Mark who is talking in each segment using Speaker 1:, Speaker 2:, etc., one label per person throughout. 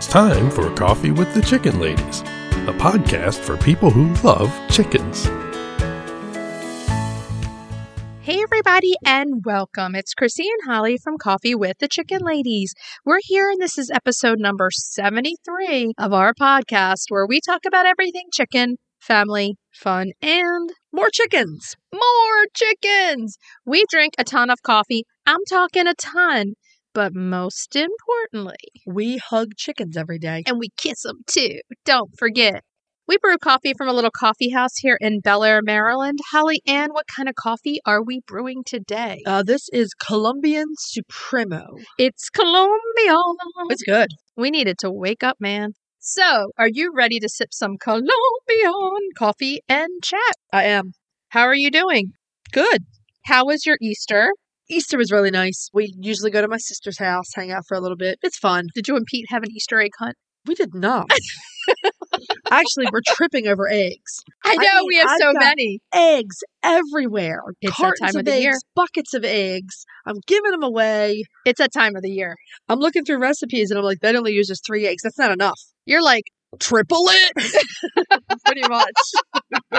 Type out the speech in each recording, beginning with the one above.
Speaker 1: time for Coffee with the Chicken Ladies, a podcast for people who love chickens.
Speaker 2: Hey, everybody, and welcome. It's Chrissy and Holly from Coffee with the Chicken Ladies. We're here, and this is episode number 73 of our podcast where we talk about everything chicken, family, fun, and more chickens. More chickens! We drink a ton of coffee. I'm talking a ton. But most importantly,
Speaker 3: We hug chickens every day.
Speaker 2: and we kiss them too. Don't forget. We brew coffee from a little coffee house here in Bel Air, Maryland. Holly Ann, what kind of coffee are we brewing today?
Speaker 3: Uh, this is Colombian Supremo.
Speaker 2: It's Colombia.
Speaker 3: It's good.
Speaker 2: We needed to wake up, man. So, are you ready to sip some Colombian coffee and chat?
Speaker 3: I am.
Speaker 2: How are you doing?
Speaker 3: Good.
Speaker 2: How was your Easter?
Speaker 3: Easter was really nice. We usually go to my sister's house, hang out for a little bit. It's fun.
Speaker 2: Did you and Pete have an Easter egg hunt?
Speaker 3: We did not. Actually, we're tripping over eggs.
Speaker 2: I know
Speaker 3: mean,
Speaker 2: we have
Speaker 3: I've
Speaker 2: so
Speaker 3: got-
Speaker 2: many.
Speaker 3: Eggs everywhere.
Speaker 2: It's that
Speaker 3: Cartons
Speaker 2: time of the
Speaker 3: eggs,
Speaker 2: year.
Speaker 3: buckets of eggs. I'm giving them away.
Speaker 2: It's that time of the year.
Speaker 3: I'm looking through recipes and I'm like, that only uses three eggs. That's not enough.
Speaker 2: You're like,
Speaker 3: Triple it. Pretty much.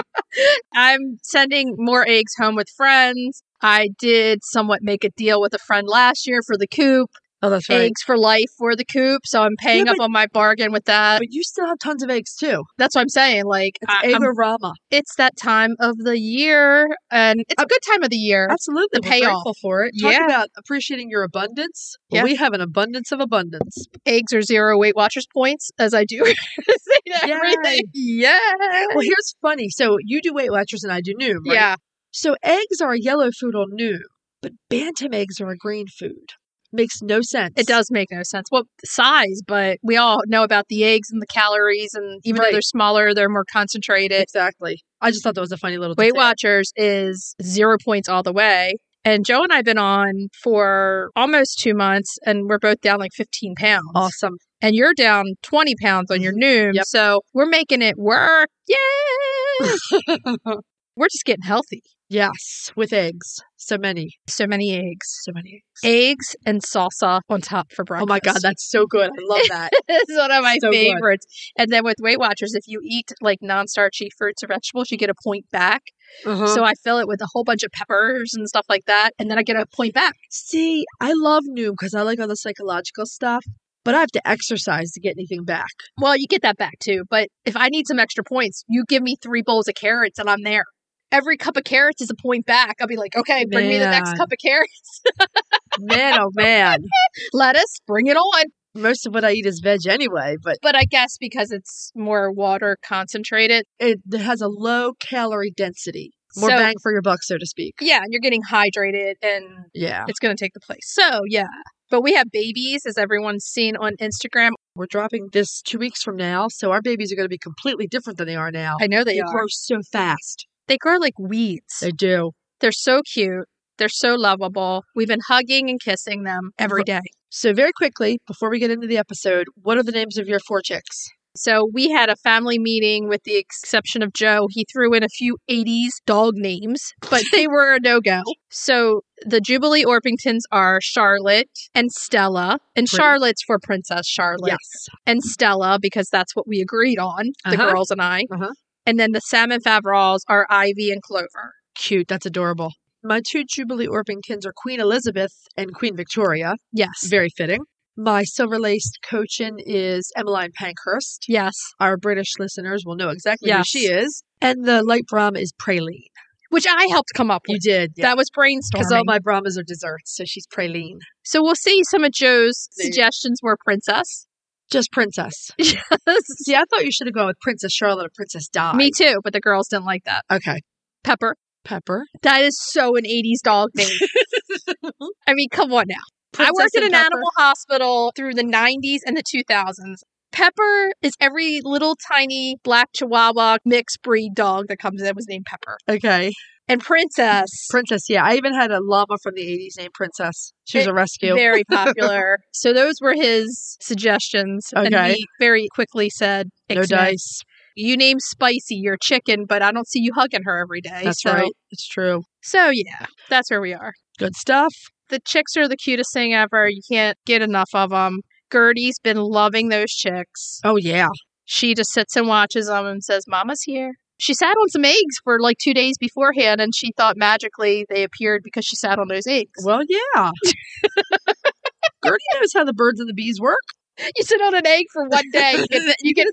Speaker 2: I'm sending more eggs home with friends. I did somewhat make a deal with a friend last year for the coop,
Speaker 3: Oh, that's right.
Speaker 2: eggs for life for the coop. So I'm paying
Speaker 3: Yeah,
Speaker 2: up on my bargain with that.
Speaker 3: But you still have tons of eggs too.
Speaker 2: That's what I'm saying. Like,
Speaker 3: It's
Speaker 2: I, I'm-
Speaker 3: egg-orama.
Speaker 2: it's that time of the year, and it's a good time of the year.
Speaker 3: Absolutely.
Speaker 2: the
Speaker 3: we're
Speaker 2: payoff.
Speaker 3: grateful for it. Talk
Speaker 2: Yeah.
Speaker 3: about appreciating your abundance. Well,
Speaker 2: Yeah.
Speaker 3: We have an abundance of abundance.
Speaker 2: Eggs are zero Weight Watchers points, as I do say to
Speaker 3: Yay.
Speaker 2: everything. Yeah.
Speaker 3: Well, here's funny. So you do Weight Watchers and I do Noom, right?
Speaker 2: Yeah.
Speaker 3: So eggs are a yellow food on Noom, but bantam eggs are a green food. Makes no sense.
Speaker 2: It does make no sense. Well, size, but we all know about the eggs and the calories, and even though
Speaker 3: Right.
Speaker 2: they're smaller, they're more concentrated.
Speaker 3: Exactly. I just thought that was a funny little
Speaker 2: Weight
Speaker 3: detail.
Speaker 2: Watchers is zero points all the way. And Joe and I have been on for almost two months, and we're both down like 15 pounds.
Speaker 3: Awesome.
Speaker 2: And you're down 20 pounds on your noom.
Speaker 3: Mm-hmm. Yep.
Speaker 2: So we're making it work. Yeah. we're just getting healthy.
Speaker 3: Yes, with eggs. So many.
Speaker 2: So many eggs.
Speaker 3: So many eggs.
Speaker 2: Eggs and salsa on top for
Speaker 3: Oh
Speaker 2: breakfast.
Speaker 3: my God, that's so good. I love that.
Speaker 2: This is one of my
Speaker 3: So good.
Speaker 2: favorites. And then with Weight Watchers, if you eat like non-starchy fruits or vegetables, you get a point back.
Speaker 3: Uh-huh.
Speaker 2: So I fill it with a whole bunch of peppers and stuff like that, and then I get a point back.
Speaker 3: See, I love Noom because I like all the psychological stuff, but I have to exercise to get anything back.
Speaker 2: Well, you get that back too. But if I need some extra points, you give me three bowls of carrots, and I'm there. Every cup of carrots is a point back. I'll be like, okay, bring me the next
Speaker 3: Man.
Speaker 2: cup of carrots.
Speaker 3: Man, oh man.
Speaker 2: Lettuce, bring it on.
Speaker 3: Most of what I eat is veg anyway, but
Speaker 2: But I guess because it's more water concentrated,
Speaker 3: it, it has a low calorie density. More
Speaker 2: So-
Speaker 3: bang for your buck, so to speak.
Speaker 2: yeah, and you're getting hydrated and
Speaker 3: Yeah.
Speaker 2: it's going to take the place. So, yeah. But we have babies, as everyone's seen on Instagram.
Speaker 3: We're dropping this two weeks from now, so our babies are going to be completely different than they are now.
Speaker 2: I know they,
Speaker 3: they
Speaker 2: are.
Speaker 3: grow so fast.
Speaker 2: They grow like weeds.
Speaker 3: They do.
Speaker 2: They're so cute. They're so lovable. We've been hugging and kissing them every
Speaker 3: Right.
Speaker 2: day.
Speaker 3: So, very quickly, before we get into the episode, what are the names of your four chicks?
Speaker 2: So we had a family meeting with the exception of Joe. He threw in a few 80s dog names, but they were a no-go. So the Jubilee Orpingtons are Charlotte and Stella. And
Speaker 3: Pretty.
Speaker 2: Charlotte's for Princess Charlotte.
Speaker 3: yes.
Speaker 2: And Stella, because that's what we agreed on, the
Speaker 3: Uh-huh.
Speaker 2: girls and I.
Speaker 3: Uh-huh.
Speaker 2: And then the Salmon Favrals are Ivy and Clover.
Speaker 3: Cute. That's adorable. My two Jubilee Orpingtons are Queen Elizabeth and Queen Victoria.
Speaker 2: Yes.
Speaker 3: Very fitting. My silver laced cochin is Emmeline Pankhurst.
Speaker 2: Yes.
Speaker 3: Our British listeners will know exactly
Speaker 2: Yes.
Speaker 3: who she is. And the light Brahma is Praline.
Speaker 2: Which I helped come up
Speaker 3: You
Speaker 2: with.
Speaker 3: did.
Speaker 2: That was
Speaker 3: Because all
Speaker 2: brainstorming.
Speaker 3: my Brahmas are desserts, so she's Praline.
Speaker 2: so we'll see some of Joe's
Speaker 3: There you go.
Speaker 2: suggestions were princess.
Speaker 3: Just Princess. See, I thought you should have gone with Princess Charlotte or Princess Di.
Speaker 2: Me too, but the girls didn't like that.
Speaker 3: Okay.
Speaker 2: Pepper.
Speaker 3: Pepper.
Speaker 2: That is so an 80s dog name. I mean, come on now. I
Speaker 3: Princess
Speaker 2: worked at
Speaker 3: and
Speaker 2: an
Speaker 3: Pepper.
Speaker 2: animal hospital through the 90s and the 2000s. Pepper is every little tiny black chihuahua mixed breed dog that comes in that was named Pepper.
Speaker 3: Okay.
Speaker 2: And Princess,
Speaker 3: Princess, yeah. I even had a llama from the 80s named Princess. She was
Speaker 2: It-
Speaker 3: a rescue.
Speaker 2: very popular. so those were his suggestions. And
Speaker 3: Okay.
Speaker 2: we very quickly said,
Speaker 3: no
Speaker 2: "Ixnay,
Speaker 3: dice.
Speaker 2: You name Spicy your chicken, but I don't see you hugging her every day.
Speaker 3: That's
Speaker 2: so-
Speaker 3: right. It's true.
Speaker 2: So yeah, that's where we are.
Speaker 3: Good stuff.
Speaker 2: the chicks are the cutest thing ever. You can't get enough of them. Gertie's been loving those chicks.
Speaker 3: Oh, yeah.
Speaker 2: She just sits and watches them and says, Mama's here. She sat on some eggs for like two days beforehand and she thought magically they appeared because she sat on those eggs.
Speaker 3: Well, yeah. Gertie knows how the birds and the bees work.
Speaker 2: You sit on an egg for one day, you get, you get
Speaker 3: a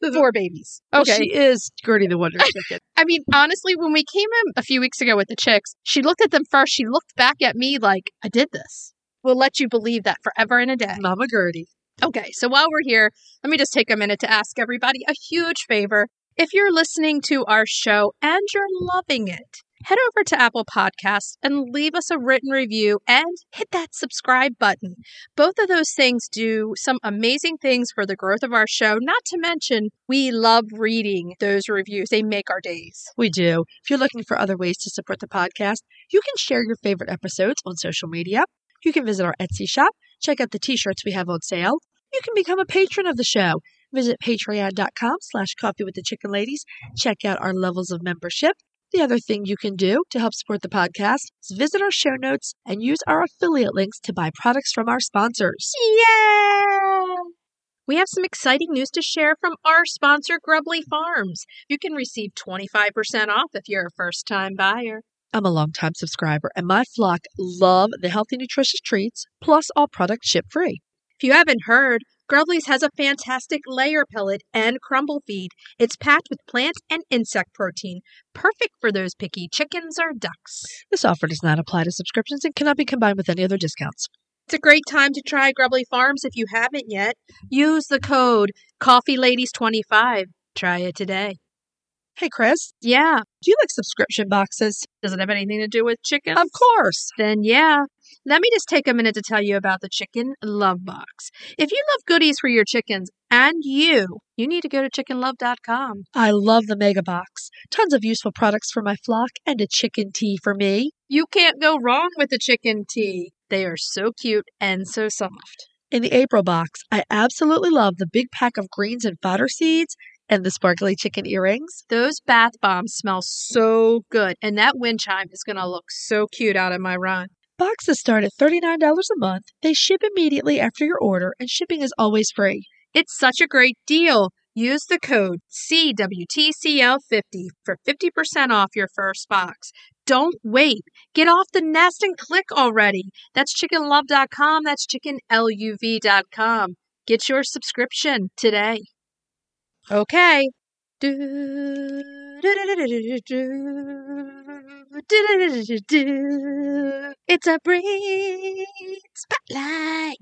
Speaker 3: chick.
Speaker 2: four babies.
Speaker 3: Well,
Speaker 2: Okay.
Speaker 3: She is Gertie the Wonder Chicken.
Speaker 2: I mean, honestly, when we came in a few weeks ago with the chicks, she looked at them first. She looked back at me like, I did this. We'll let you believe that forever and a day.
Speaker 3: Mama Gertie.
Speaker 2: Okay, so while we're here, let me just take a minute to ask everybody a huge favor. If you're listening to our show and you're loving it, head over to Apple Podcasts and leave us a written review and hit that subscribe button. Both of those things do some amazing things for the growth of our show, not to mention we love reading those reviews. They make our days.
Speaker 3: We do. If you're looking for other ways to support the podcast, you can share your favorite episodes on social media. You can visit our Etsy shop, check out the t-shirts we have on sale. You can become a patron of the show. Visit patreon.com slash coffee with the chicken ladies. Check out our levels of membership. The other thing you can do to help support the podcast is visit our show notes and use our affiliate links to buy products from our sponsors.
Speaker 2: Yeah! We have some exciting news to share from our sponsor, Grubly Farms. You can receive 25% off if you're a first time buyer.
Speaker 3: I'm a longtime subscriber, and my flock love the healthy, nutritious treats, plus all products ship free.
Speaker 2: If you haven't heard, Grubly's has a fantastic layer pellet and crumble feed. It's packed with plant and insect protein, perfect for those picky chickens or ducks.
Speaker 3: This offer does not apply to subscriptions and cannot be combined with any other discounts.
Speaker 2: It's a great time to try Grubly Farms if you haven't yet. Use the code CoffeeLadies25. Try it today.
Speaker 3: Hey, Chris,
Speaker 2: Yeah.
Speaker 3: do you like subscription boxes?
Speaker 2: Does it have anything to do with chickens?
Speaker 3: Of course.
Speaker 2: then yeah. Let me just take a minute to tell you about the Chicken Love Box. If you love goodies for your chickens and you, you need to go to chickenlove.com.
Speaker 3: I love the Mega Box. Tons of useful products for my flock and a chicken tea for me.
Speaker 2: You can't go wrong with the chicken tea. They are so cute and so soft.
Speaker 3: In the April box, I absolutely love the big pack of greens and fodder seeds and the sparkly chicken earrings.
Speaker 2: Those bath bombs smell so good, and that wind chime is going to look so cute out of my run.
Speaker 3: Boxes start at $39 a month. They ship immediately after your order, and shipping is always free.
Speaker 2: It's such a great deal. Use the code CWTCL50 for 50% off your first box. Don't wait. Get off the nest and click already. That's chickenlove.com. That's chickenluv.com. Get your subscription today. Okay. It's a breed spotlight.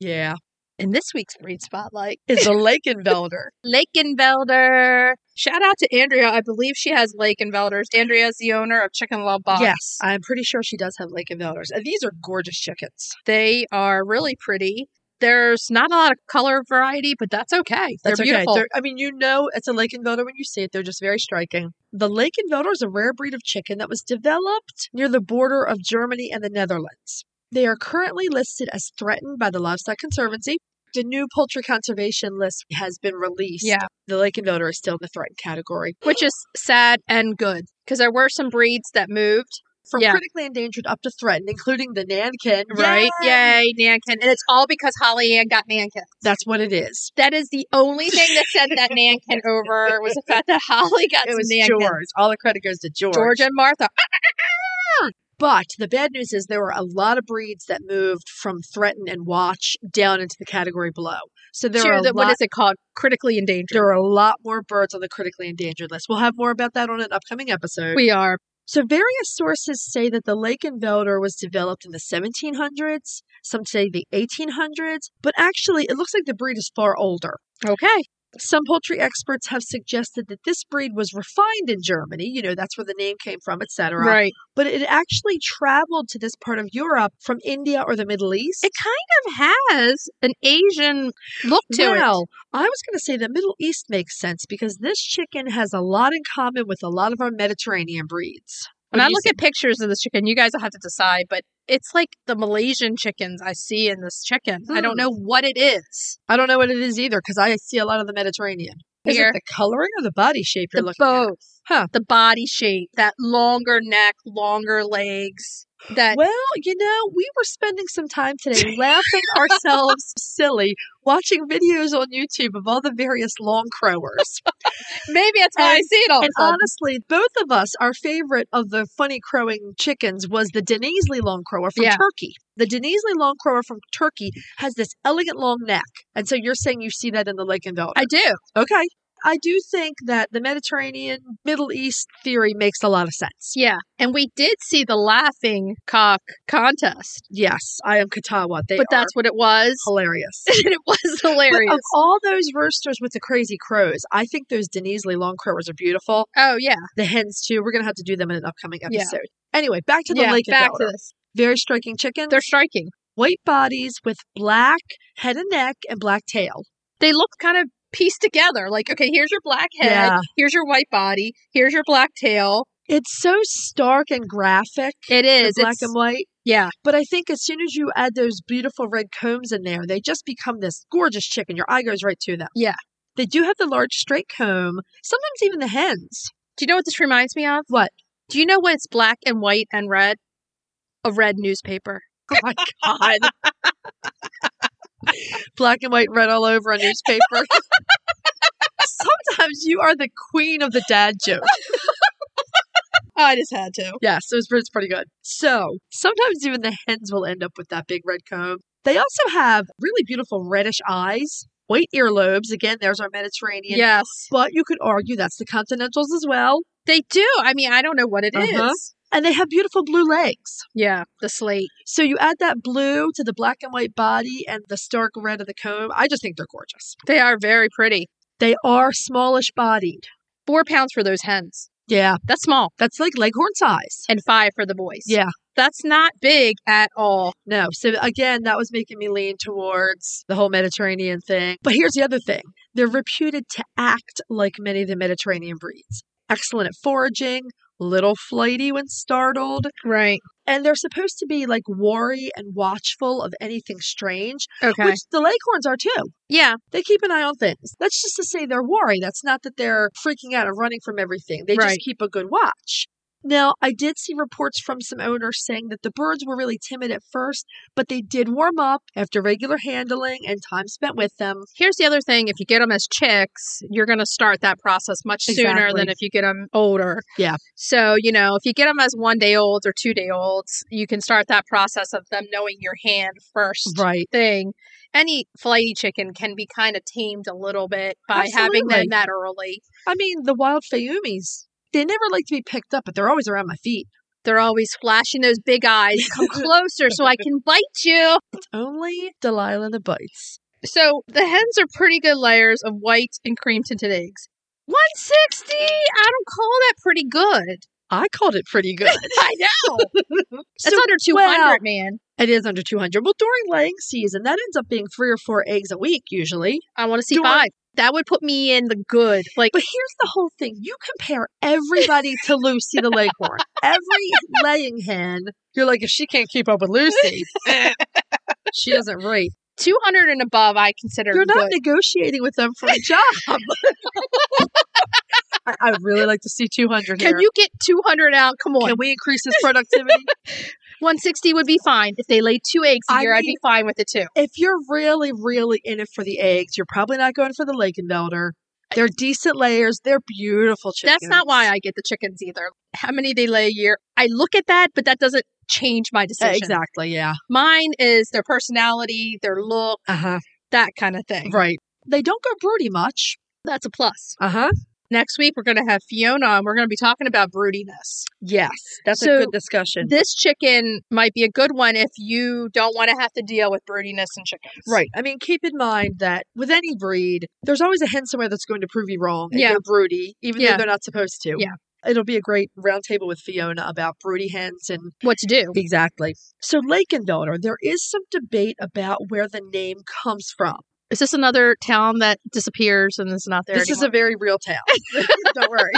Speaker 3: Yeah.
Speaker 2: In this week's breed spotlight,
Speaker 3: It's a Lakenvelder.
Speaker 2: Lakenvelder. Shout out to Andrea. I believe she has Lakenvelders. Andrea is the owner of Chicken Love Box.
Speaker 3: yes, I'm pretty sure she does have Lakenvelders. And these are gorgeous chickens.
Speaker 2: They are really pretty. There's not a lot of color variety, but that's okay. They're
Speaker 3: That's okay.
Speaker 2: beautiful.
Speaker 3: They're- I mean, you know, it's a Lakenvelder when you see it. They're just very striking. The Lakenvelder is a rare breed of chicken that was developed near the border of Germany and the Netherlands. They are currently listed as threatened by the Livestock Conservancy. The new poultry conservation list has been released.
Speaker 2: Yeah.
Speaker 3: The Lakenvelder is still in the threatened category.
Speaker 2: Which is sad and good because there were some breeds that moved.
Speaker 3: From
Speaker 2: Yeah.
Speaker 3: critically endangered up to threatened, including the Nankin.
Speaker 2: Right?
Speaker 3: Yeah.
Speaker 2: Yay, Nankin. And it's all because Holly Ann got Nankin.
Speaker 3: That's what it is.
Speaker 2: That is the only thing that sent that Nankin over was the fact that Holly got
Speaker 3: It
Speaker 2: some
Speaker 3: was
Speaker 2: Nankin.
Speaker 3: George. All the credit goes to
Speaker 2: George and Martha.
Speaker 3: But the bad news is there were a lot of breeds that moved from threaten and watch down into the category below. So there
Speaker 2: Sure,
Speaker 3: are a
Speaker 2: the- what
Speaker 3: lot,
Speaker 2: is it called? Critically endangered.
Speaker 3: there are a lot more birds on the critically endangered list. We'll have more about that on an upcoming episode.
Speaker 2: We are.
Speaker 3: so various sources say that the Lakenvelder was developed in the 1700s. Some say the 1800s, but actually it looks like the breed is far older.
Speaker 2: Okay.
Speaker 3: Some poultry experts have suggested that this breed was refined in Germany. You know, that's where the name came from, etc.
Speaker 2: Right.
Speaker 3: but it actually traveled to this part of Europe from India or the Middle East.
Speaker 2: It kind of has an Asian look to
Speaker 3: well,
Speaker 2: it.
Speaker 3: I was going to say the Middle East makes sense because this chicken has a lot in common with a lot of our Mediterranean breeds.
Speaker 2: When
Speaker 3: What
Speaker 2: I
Speaker 3: do you
Speaker 2: look at pictures of this chicken, you guys will have to decide, but it's like the Malaysian chickens I see in this chicken. I don't
Speaker 3: Hmm.
Speaker 2: know what it is.
Speaker 3: I don't know what it is either because I see a lot of the Mediterranean. Is
Speaker 2: Here.
Speaker 3: it the coloring or the body shape you're
Speaker 2: The
Speaker 3: looking
Speaker 2: both.
Speaker 3: Huh.
Speaker 2: The body shape, that longer neck, longer legs.
Speaker 3: at?
Speaker 2: That
Speaker 3: Well, you know, we were spending some time today laughing ourselves silly, watching videos on YouTube of all the various long crowers.
Speaker 2: maybe that's how I see it all. of
Speaker 3: and
Speaker 2: a sudden.
Speaker 3: honestly, both of us, our favorite of the funny crowing chickens was the Denisley long crower from
Speaker 2: Yeah.
Speaker 3: Turkey. The Denisley long crower from Turkey has this elegant long neck. And so you're saying you see that in the Lake and Veld.
Speaker 2: I do.
Speaker 3: Okay. I do think that the Mediterranean, Middle East theory makes a lot of sense.
Speaker 2: Yeah. And we did see the laughing cock contest,
Speaker 3: Yes, I am Katawa. They
Speaker 2: but
Speaker 3: are
Speaker 2: that's what it was.
Speaker 3: hilarious.
Speaker 2: and it was
Speaker 3: But
Speaker 2: hilarious.
Speaker 3: of all those roosters with the crazy crows, I think those Denisley long crowers are beautiful.
Speaker 2: oh, yeah.
Speaker 3: The hens too. We're gonna have to do them in an upcoming
Speaker 2: Yeah.
Speaker 3: episode. Anyway, back to the
Speaker 2: yeah.
Speaker 3: lake
Speaker 2: back
Speaker 3: and
Speaker 2: to
Speaker 3: Delaware.
Speaker 2: this.
Speaker 3: Very striking chickens.
Speaker 2: They're striking.
Speaker 3: white bodies with black head and neck and black tail.
Speaker 2: They look kind of pieced together. Like, okay, here's your black head.
Speaker 3: Yeah.
Speaker 2: Here's your white body. Here's your black tail.
Speaker 3: It's so stark and graphic.
Speaker 2: It
Speaker 3: the
Speaker 2: is.
Speaker 3: black
Speaker 2: it's-
Speaker 3: and white.
Speaker 2: yeah.
Speaker 3: But I think as soon as you add those beautiful red combs in there, they just become this gorgeous chicken. Your eye goes right to them.
Speaker 2: Yeah.
Speaker 3: They do have the large straight comb, sometimes even the hens.
Speaker 2: Do you know what this reminds me of?
Speaker 3: What?
Speaker 2: Do you know when it's black and white and red? A red newspaper.
Speaker 3: Oh my God. Black and white red all over a newspaper. sometimes you are the queen of the dad joke.
Speaker 2: Oh, I just had to.
Speaker 3: Yes, it was, it's pretty good. So sometimes even the hens will end up with that big red comb. They also have really beautiful reddish eyes, white earlobes. Again, there's our Mediterranean.
Speaker 2: Yes.
Speaker 3: But you could argue that's the continentals as well.
Speaker 2: They do. I mean, I don't know what it is.
Speaker 3: Uh-huh. And they have beautiful blue legs.
Speaker 2: Yeah. The slate.
Speaker 3: So you add that blue to the black and white body and the stark red of the comb. I just think they're gorgeous.
Speaker 2: They are very pretty.
Speaker 3: They are smallish bodied.
Speaker 2: Four pounds for those hens.
Speaker 3: Yeah,
Speaker 2: That's small.
Speaker 3: that's like leghorn size.
Speaker 2: And five for the boys.
Speaker 3: Yeah,
Speaker 2: That's not big at all.
Speaker 3: no. So again, that was making me lean towards the whole Mediterranean thing. But here's the other thing they're reputed to act like many of the Mediterranean breeds. Excellent at foraging, little flighty when startled,
Speaker 2: Right.
Speaker 3: and they're supposed to be like wary and watchful of anything strange,
Speaker 2: Okay.
Speaker 3: which the leghorns are too.
Speaker 2: yeah.
Speaker 3: They keep an eye on things. That's just to say they're wary. That's not that they're freaking out and running from everything. They
Speaker 2: Right.
Speaker 3: just keep a good watch. Now, I did see reports from some owners saying that the birds were really timid at first, but they did warm up after regular handling and time spent with them.
Speaker 2: Here's the other thing if you get them as chicks, you're going to start that process much sooner
Speaker 3: Exactly.
Speaker 2: than if you get them older.
Speaker 3: Yeah.
Speaker 2: So, you know, if you get them as one day olds or two day olds, you can start that process of them knowing your hand first
Speaker 3: Right.
Speaker 2: thing. Any flighty chicken can be kind of tamed a little bit by having
Speaker 3: Absolutely.
Speaker 2: them that early.
Speaker 3: I mean, the wild Fayumis, they never like to be picked up, but they're always around my feet.
Speaker 2: They're always flashing those big eyes. Come closer so I can bite you.
Speaker 3: It's only Delilah the bites.
Speaker 2: So the hens are pretty good layers of white and cream tinted eggs. 160? I don't call that pretty good.
Speaker 3: I called it pretty good.
Speaker 2: I know. It's
Speaker 3: So-
Speaker 2: under 200,
Speaker 3: well-
Speaker 2: man.
Speaker 3: it is under 200. Well, during laying season, that ends up being three or four eggs a week usually.
Speaker 2: I want to see
Speaker 3: Dork.
Speaker 2: five. That would put me in the good. Like,
Speaker 3: But here's the whole thing. You compare everybody to Lucy the Leghorn. Every laying hen, you're like, if she can't keep up with Lucy, she doesn't rate.
Speaker 2: 200 and above, I consider
Speaker 3: You're not
Speaker 2: good.
Speaker 3: negotiating with them for a job. I, I really like to see
Speaker 2: Can
Speaker 3: 200 here.
Speaker 2: you get 200 out? Come on.
Speaker 3: Can we increase his productivity?
Speaker 2: 160 would be fine. If they laid two eggs a
Speaker 3: I
Speaker 2: year, I'd
Speaker 3: mean-
Speaker 2: be fine with it too.
Speaker 3: if you're really, really in it for the eggs, you're probably not going for the Lakenfelder. They're decent layers. They're beautiful chickens.
Speaker 2: That's not why I get the chickens either. How many they lay a year? I look at that, but that doesn't change my decision.
Speaker 3: Uh, Exactly. Yeah.
Speaker 2: Mine is their personality, their look,
Speaker 3: Uh huh.
Speaker 2: that kind of thing.
Speaker 3: Right. They don't go broody much.
Speaker 2: That's a plus.
Speaker 3: Uh huh.
Speaker 2: Next week, we're going to have Fiona and we're going to be talking about broodiness.
Speaker 3: Yes, that's
Speaker 2: So
Speaker 3: a good discussion.
Speaker 2: This chicken might be a good one if you don't want to have to deal with broodiness in chickens.
Speaker 3: Right. I mean, keep in mind that with any breed, there's always a hen somewhere that's going to prove you wrong. And
Speaker 2: Yeah.
Speaker 3: They're broody, even
Speaker 2: Yeah.
Speaker 3: though they're not supposed to.
Speaker 2: Yeah.
Speaker 3: It'll be a great roundtable with Fiona about broody hens and
Speaker 2: What to do?
Speaker 3: exactly. So Lake and Daughter, there is some debate about where the name comes from.
Speaker 2: Is this another town that disappears and is not there?
Speaker 3: this is a very real town. Don't worry.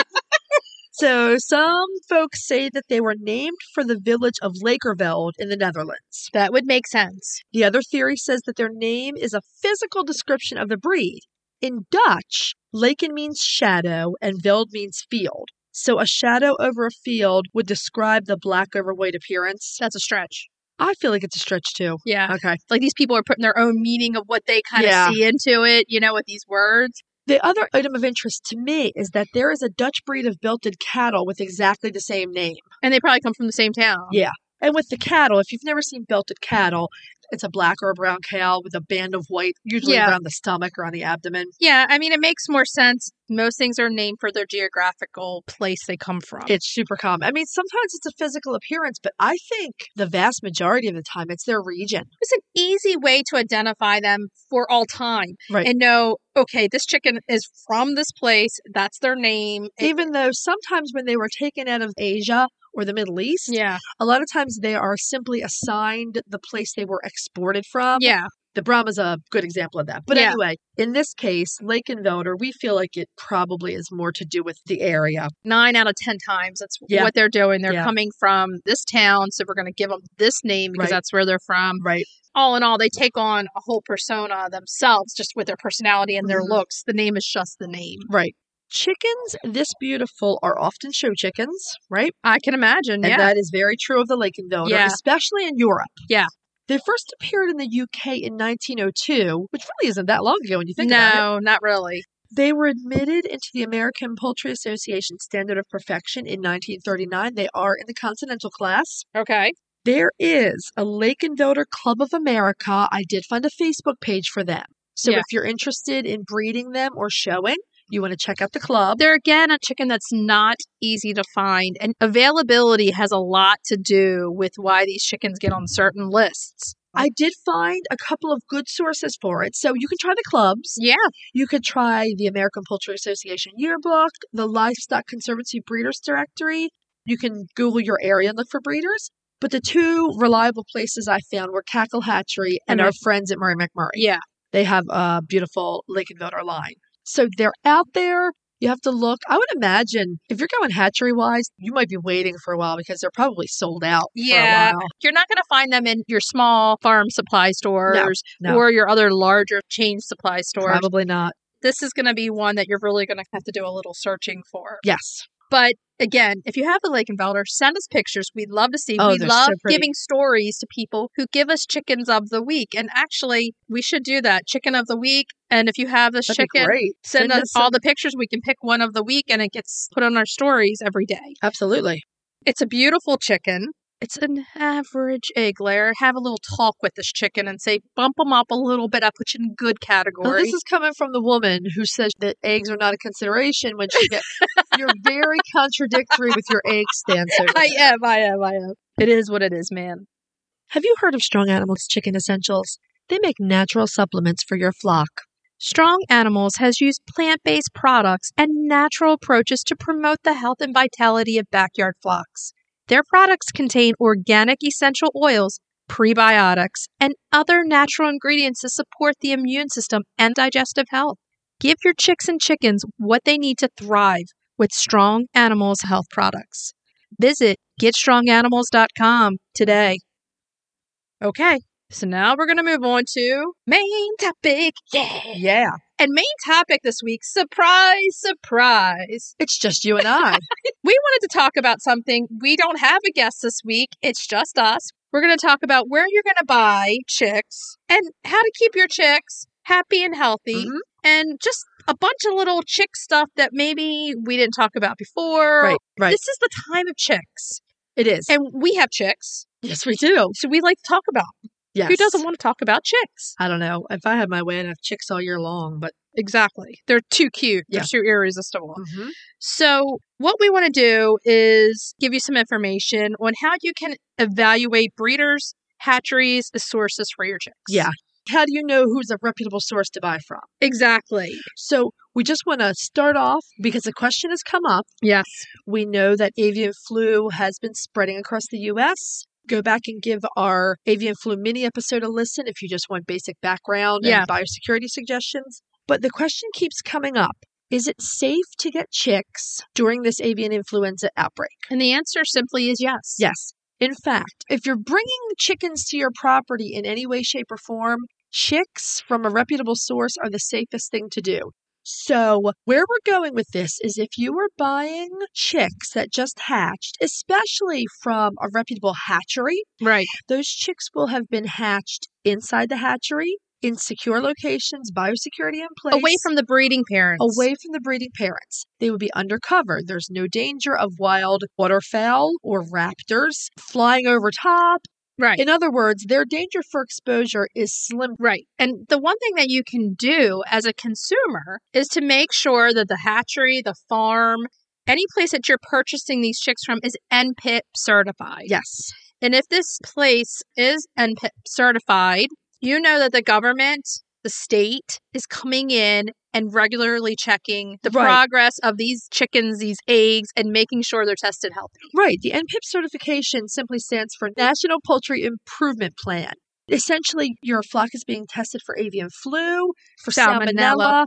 Speaker 3: So some folks say that they were named for the village of Lakerveld in the Netherlands.
Speaker 2: that would make sense.
Speaker 3: The other theory says that their name is a physical description of the breed. In Dutch, Laken means shadow and veld means field. So a shadow over a field would describe the black overweight appearance.
Speaker 2: That's a stretch.
Speaker 3: I feel like it's a stretch too.
Speaker 2: Yeah.
Speaker 3: Okay.
Speaker 2: Like these people are putting their own meaning of what they kind of
Speaker 3: Yeah.
Speaker 2: see into it, you know, with these words.
Speaker 3: The other item of interest to me is that there is a Dutch breed of belted cattle with exactly the same name.
Speaker 2: And they probably come from the same town.
Speaker 3: Yeah. And with the cattle, if you've never seen belted cattle, it's a black or a brown cow with a band of white, usually
Speaker 2: Yeah.
Speaker 3: around the stomach or on the abdomen.
Speaker 2: Yeah, I mean, it makes more sense. Most things are named for their geographical place they come from.
Speaker 3: It's super common. I mean, sometimes it's a physical appearance, but I think the vast majority of the time it's their region.
Speaker 2: it's an easy way to identify them for all time
Speaker 3: Right.
Speaker 2: and know, okay, this chicken is from this place. That's their name. It-
Speaker 3: Even though sometimes when they were taken out of Asia or the Middle East,
Speaker 2: yeah.
Speaker 3: a lot of times they are simply assigned the place they were exported from.
Speaker 2: Yeah.
Speaker 3: The Brahma's a good example of that. But
Speaker 2: Yeah.
Speaker 3: anyway, in this case, Lakenvelder, we feel like it probably is more to do with the area.
Speaker 2: Nine out of 10 times, that's
Speaker 3: Yeah.
Speaker 2: what they're doing. They're
Speaker 3: Yeah.
Speaker 2: coming from this town. So we're going to give them this name because
Speaker 3: Right.
Speaker 2: that's where they're from.
Speaker 3: Right.
Speaker 2: All in all, they take on a whole persona themselves just with their personality and their
Speaker 3: Mhm.
Speaker 2: looks. The name is just the name.
Speaker 3: Right. Chickens this beautiful are often show chickens, right?
Speaker 2: I can imagine.
Speaker 3: And
Speaker 2: yeah.
Speaker 3: that is very true of the Lakenvelder,
Speaker 2: Yeah.
Speaker 3: especially in Europe.
Speaker 2: Yeah.
Speaker 3: They first appeared in the UK in 1902, which really isn't that long ago when you think about it.
Speaker 2: no, not really.
Speaker 3: They were admitted into the American Poultry Association Standard of Perfection in 1939. They are in the Continental class.
Speaker 2: Okay.
Speaker 3: There is a Lakenvelder Club of America. I did find a Facebook page for them. So
Speaker 2: Yeah.
Speaker 3: if you're interested in breeding them or showing, you want to check out the club.
Speaker 2: They're again a chicken that's not easy to find, and availability has a lot to do with why these chickens get on certain lists.
Speaker 3: I did find a couple of good sources for it. So you can try the clubs.
Speaker 2: Yeah,
Speaker 3: You could try the American Poultry Association yearbook, the Livestock Conservancy Breeders Directory. You can Google your area and look for breeders. But the two reliable places I found were Cackle Hatchery
Speaker 2: And
Speaker 3: and our
Speaker 2: I-
Speaker 3: friends at Murray McMurray.
Speaker 2: yeah,
Speaker 3: They have a beautiful Lake and Vilder line. So they're out there. You have to look. I would imagine if you're going hatchery wise, you might be waiting for a while because they're probably sold out
Speaker 2: Yeah.
Speaker 3: for a while.
Speaker 2: you're not going to find them in your small farm supply stores
Speaker 3: no.
Speaker 2: or your other larger chain supply stores.
Speaker 3: Probably not.
Speaker 2: This is going to be one that you're really going to have to do a little searching for.
Speaker 3: Yes.
Speaker 2: But again, if you have the Lakenfelder, send us pictures. We'd love to see.
Speaker 3: Oh,
Speaker 2: we
Speaker 3: they're
Speaker 2: love
Speaker 3: so pretty.
Speaker 2: giving stories to people who give us chickens of the week. And actually, we should do that chicken of the week. And if you have this
Speaker 3: That'd be
Speaker 2: chicken,
Speaker 3: great.
Speaker 2: send, us all
Speaker 3: some-
Speaker 2: the pictures. We can pick one of the week and it gets put on our stories every day.
Speaker 3: Absolutely.
Speaker 2: It's a beautiful chicken. It's an average egg layer. Have a little talk with this chicken and say, bump them up a little bit. I put you in good
Speaker 3: Now,
Speaker 2: category.
Speaker 3: Oh, this is coming from the woman who says that eggs are not a consideration when she get, you're very contradictory with your egg stance. over
Speaker 2: I
Speaker 3: there.
Speaker 2: am, I am, I am. It is what it is, man.
Speaker 3: Have you heard of Strong Animals Chicken Essentials? They make natural supplements for your flock.
Speaker 2: Strong Animals has used plant based products and natural approaches to promote the health and vitality of backyard flocks. Their products contain organic essential oils, prebiotics, and other natural ingredients to support the immune system and digestive health. Give your chicks and chickens what they need to thrive with Strong Animals health products. Visit getstronganimals.com today. Okay, so now we're going to move on to main topic. Yeah.
Speaker 3: Yeah.
Speaker 2: And main topic this week, surprise, surprise.
Speaker 3: It's just you and I.
Speaker 2: We wanted to talk about something. We don't have a guest this week. It's just us. We're going to talk about where you're going to buy chicks and how to keep your chicks happy and healthy
Speaker 3: Mhm.
Speaker 2: and just a bunch of little chick stuff that maybe we didn't talk about before.
Speaker 3: Right, right.
Speaker 2: This is the time of chicks.
Speaker 3: it is.
Speaker 2: And we have chicks.
Speaker 3: yes, we do.
Speaker 2: So we like to talk about. 'em.
Speaker 3: Yes.
Speaker 2: Who doesn't want to talk about chicks?
Speaker 3: I don't know. If I had my way, I'd have chicks all year long, but
Speaker 2: Exactly. They're too cute.
Speaker 3: Yeah.
Speaker 2: They're too irresistible.
Speaker 3: Mm-hmm.
Speaker 2: So, what we want to do is give you some information on how you can evaluate breeders, hatcheries, as sources for your chicks.
Speaker 3: yeah. How do you know who's a reputable source to buy from?
Speaker 2: exactly.
Speaker 3: So we just want to start off because the question has come up.
Speaker 2: Yes.
Speaker 3: We know that avian flu has been spreading across the U.S. Go back and give our avian flu mini episode a listen if you just want basic background
Speaker 2: Yeah.
Speaker 3: and biosecurity suggestions. But the question keeps coming up Is it safe to get chicks during this avian influenza outbreak?
Speaker 2: And the answer simply is yes.
Speaker 3: Yes. In fact, if you're bringing chickens to your property in any way, shape, or form, chicks from a reputable source are the safest thing to do. So, where we're going with this is if you were buying chicks that just hatched, especially from a reputable hatchery,
Speaker 2: Right.
Speaker 3: those chicks will have been hatched inside the hatchery in secure locations, biosecurity in place.
Speaker 2: Away from the breeding parents.
Speaker 3: Away from the breeding parents. They would be undercover. There's no danger of wild waterfowl or raptors flying over top.
Speaker 2: Right.
Speaker 3: In other words, their danger for exposure is slim.
Speaker 2: Right. And the one thing that you can do as a consumer is to make sure that the hatchery, the farm, any place that you're purchasing these chicks from is NPIP certified.
Speaker 3: Yes.
Speaker 2: And if this place is NPIP certified, you know that the government, the state, is coming in and regularly checking the
Speaker 3: Right.
Speaker 2: progress of these chickens, these eggs, and making sure they're tested healthy.
Speaker 3: Right. The NPIP certification simply stands for National Poultry Improvement Plan. Essentially, your flock is being tested for avian flu, for salmonella,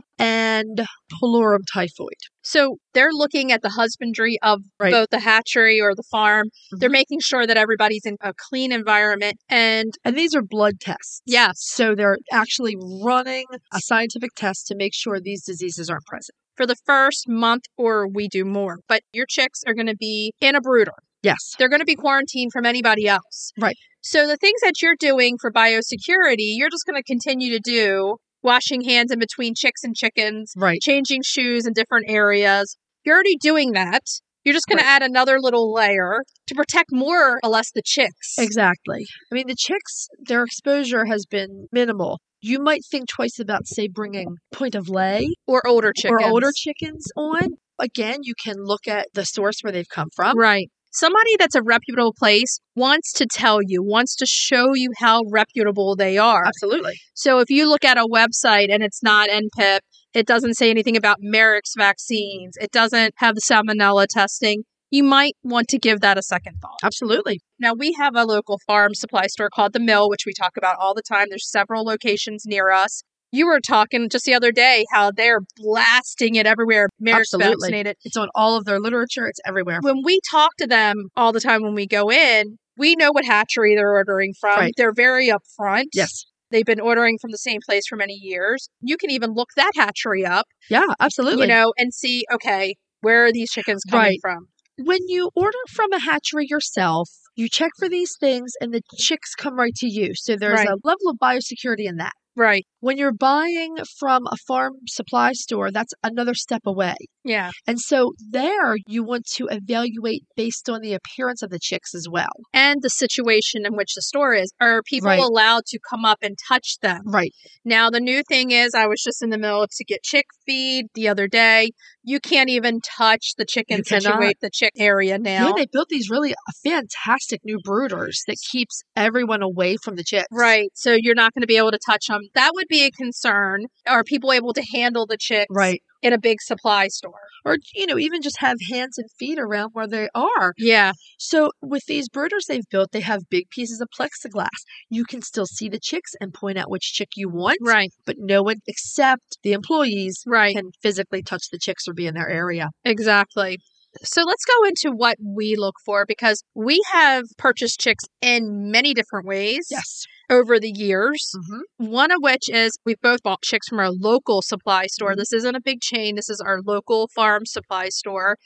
Speaker 2: Salmonella.
Speaker 3: and palorum typhoid.
Speaker 2: So they're looking at the husbandry of
Speaker 3: Right.
Speaker 2: both the hatchery or the farm. They're
Speaker 3: Mhm.
Speaker 2: making sure that everybody's in a clean environment. And
Speaker 3: And these are blood tests.
Speaker 2: yes,
Speaker 3: So they're actually running a scientific test to make sure these diseases aren't present.
Speaker 2: for the first month or we do more, but your chicks are going to be in a brooder.
Speaker 3: Yes.
Speaker 2: They're going to be quarantined from anybody else.
Speaker 3: Right.
Speaker 2: So the things that you're doing for biosecurity, you're just going to continue to do washing hands in between chicks and chickens,
Speaker 3: Right.
Speaker 2: changing shoes in different areas. You're already doing that. You're just going to add another little layer to protect more or less the chicks.
Speaker 3: Exactly. I mean, the chicks, their exposure has been minimal. You might think twice about, say, bringing point of lay
Speaker 2: or older chickens.
Speaker 3: or older chickens on. Again, you can look at the source where they've come from.
Speaker 2: Right. Somebody that's a reputable place wants to tell you, wants to show you how reputable they are.
Speaker 3: Absolutely.
Speaker 2: So if you look at a website and it's not NPIP, it doesn't say anything about Merrick's vaccines, it doesn't have the salmonella testing, you might want to give that a second thought.
Speaker 3: Absolutely.
Speaker 2: Now, we have a local farm supply store called The Mill, which we talk about all the time. There's several locations near us. You were talking just the other day how they're blasting it everywhere. Merrick's
Speaker 3: Absolutely.
Speaker 2: vaccinated.
Speaker 3: It's on all of their literature, it's everywhere.
Speaker 2: When we talk to them all the time when we go in, we know what hatchery they're ordering from.
Speaker 3: Right.
Speaker 2: They're very upfront.
Speaker 3: Yes.
Speaker 2: They've been ordering from the same place for many years. You can even look that hatchery up,
Speaker 3: Yeah, absolutely.
Speaker 2: you know, and see, okay, where are these chickens coming
Speaker 3: Right.
Speaker 2: from?
Speaker 3: when you order from a hatchery yourself, you check for these things and the chicks come right to you. So there's
Speaker 2: Right.
Speaker 3: a level of biosecurity in that.
Speaker 2: Right.
Speaker 3: When you're buying from a farm supply store, that's another step away.
Speaker 2: Yeah.
Speaker 3: And so there you want to evaluate based on the appearance of the chicks as well.
Speaker 2: And the situation in which the store is. Are people
Speaker 3: Right.
Speaker 2: allowed to come up and touch them?
Speaker 3: Right.
Speaker 2: Now, the new thing is, I was just in the middle to get chick feed the other day. You can't even touch the chicken,
Speaker 3: You cannot.
Speaker 2: situate the chick area now.
Speaker 3: Yeah, they built these really uh, fantastic new brooders that keeps everyone away from the chicks.
Speaker 2: Right. So you're not going to be able to touch them. That would be a concern. Are people able to handle the chicks
Speaker 3: Right.
Speaker 2: in a big supply store?
Speaker 3: Or, you know, even just have hands and feet around where they are.
Speaker 2: Yeah.
Speaker 3: So with these brooders they've built, they have big pieces of plexiglass. You can still see the chicks and point out which chick you want,
Speaker 2: Right.
Speaker 3: but no one except the employees
Speaker 2: Right.
Speaker 3: can physically touch the chicks or be in their area.
Speaker 2: Exactly. So let's go into what we look for because we have purchased chicks in many different ways
Speaker 3: Yes.
Speaker 2: over the years.
Speaker 3: hmm
Speaker 2: One of which is we've both bought chicks from our local supply store. This isn't a big chain, this is our local farm supply store.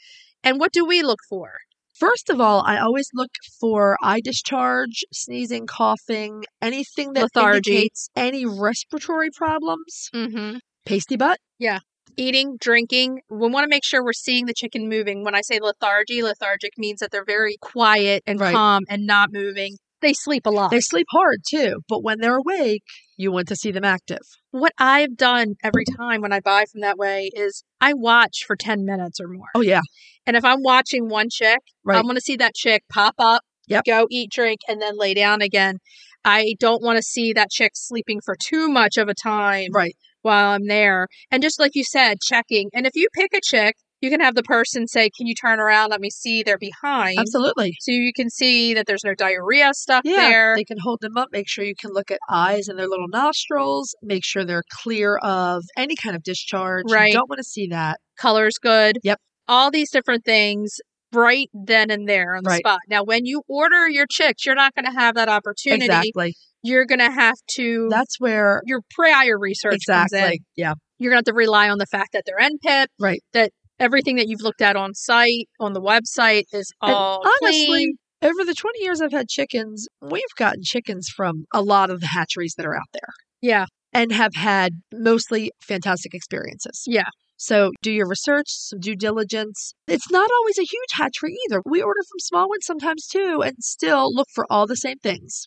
Speaker 2: And what do we look for?
Speaker 3: First of all, I always look for eye discharge, sneezing, coughing, anything that
Speaker 2: Lethargy.
Speaker 3: indicates any respiratory problems.
Speaker 2: Mm-hmm.
Speaker 3: Pasty butt.
Speaker 2: Eating, drinking. We want to make sure we're seeing the chicken moving. When I say lethargy, lethargic means that they're very quiet and
Speaker 3: Right.
Speaker 2: calm and not moving. They sleep a lot.
Speaker 3: They sleep hard too, but when they're awake, you want to see them active.
Speaker 2: what I've done every time when I buy from that way is I watch for 10 minutes or more.
Speaker 3: Oh yeah,
Speaker 2: And if I'm watching one chick,
Speaker 3: right.
Speaker 2: I'm going to see that chick pop up,
Speaker 3: Yep.
Speaker 2: go eat, drink, and then lay down again. I don't want to see that chick sleeping for too much of a time
Speaker 3: right.
Speaker 2: while I'm there. And just like you said, checking. And if you pick a chick, you can have the person say, Can you turn around? Let me see. They're behind.
Speaker 3: Absolutely.
Speaker 2: So you can see that there's no diarrhea stuff
Speaker 3: Yeah,
Speaker 2: there.
Speaker 3: they can hold them up. Make sure you can look at eyes and their little nostrils. Make sure they're clear of any kind of discharge.
Speaker 2: Right.
Speaker 3: You don't want to see that.
Speaker 2: color's good.
Speaker 3: Yep.
Speaker 2: All these different things right then and there on the
Speaker 3: Right.
Speaker 2: spot. Now, when you order your chicks, you're not going to have that opportunity.
Speaker 3: Exactly.
Speaker 2: You're going to have to,
Speaker 3: That's where
Speaker 2: your prior research comes in.
Speaker 3: exactly. Yeah.
Speaker 2: you're going to have to rely on the fact that they're NPIP,
Speaker 3: Right.
Speaker 2: That everything that you've looked at on site, on the website is
Speaker 3: And
Speaker 2: all
Speaker 3: honestly,
Speaker 2: clean.
Speaker 3: Over the 20 years I've had chickens, we've gotten chickens from a lot of the hatcheries that are out there
Speaker 2: Yeah.
Speaker 3: and have had mostly fantastic experiences.
Speaker 2: Yeah.
Speaker 3: So do your research, some due diligence. It's not always a huge hatchery either. We order from small ones sometimes too and still look for all the same things.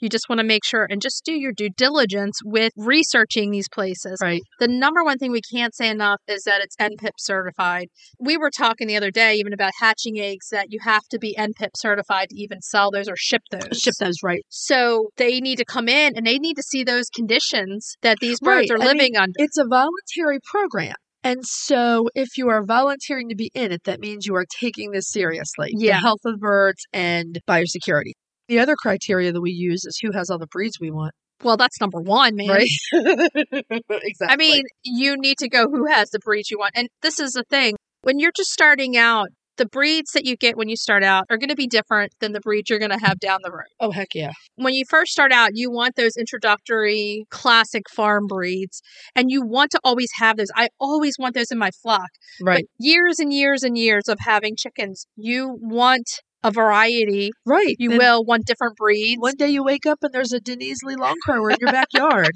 Speaker 2: You just want to make sure and just do your due diligence with researching these places.
Speaker 3: Right.
Speaker 2: The number one thing we can't say enough is that it's NPIP certified. We were talking the other day even about hatching eggs that you have to be NPIP certified to even sell those or ship those.
Speaker 3: Ship those right.
Speaker 2: So they need to come in and they need to see those conditions that these birds
Speaker 3: Right,
Speaker 2: are
Speaker 3: I mean,
Speaker 2: living under.
Speaker 3: It's a voluntary program. And so if you are volunteering to be in it, that means you are taking this seriously.
Speaker 2: Yeah.
Speaker 3: The health of the birds and biosecurity. The other criteria that we use is who has all the breeds we want.
Speaker 2: Well, that's number one, man.
Speaker 3: Right? exactly.
Speaker 2: I mean, you need to go who has the breeds you want. And this is the thing when you're just starting out, the breeds that you get when you start out are going to be different than the breeds you're going to have down the road.
Speaker 3: oh, heck yeah.
Speaker 2: When you first start out, you want those introductory classic farm breeds and you want to always have those. I always want those in my flock.
Speaker 3: Right.
Speaker 2: But years and years and years of having chickens, you want a variety.
Speaker 3: right.
Speaker 2: You
Speaker 3: Then
Speaker 2: will want different breeds.
Speaker 3: One day you wake up and there's a Denise Lee Longcrower in your backyard.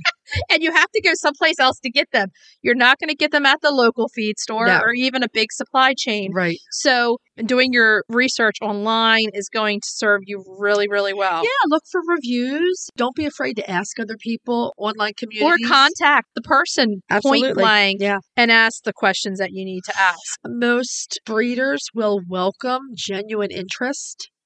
Speaker 2: and you have to go someplace else to get them. You're not going to get them at the local feed store
Speaker 3: No.
Speaker 2: or even a big supply chain.
Speaker 3: right.
Speaker 2: So, doing your research online is going to serve you really, really well.
Speaker 3: Yeah, look for reviews. Don't be afraid to ask other people, online
Speaker 2: Or
Speaker 3: communities.
Speaker 2: contact the person
Speaker 3: Absolutely.
Speaker 2: point blank
Speaker 3: Yeah.
Speaker 2: and ask the questions that you need to ask.
Speaker 3: most breeders will welcome genuine interest.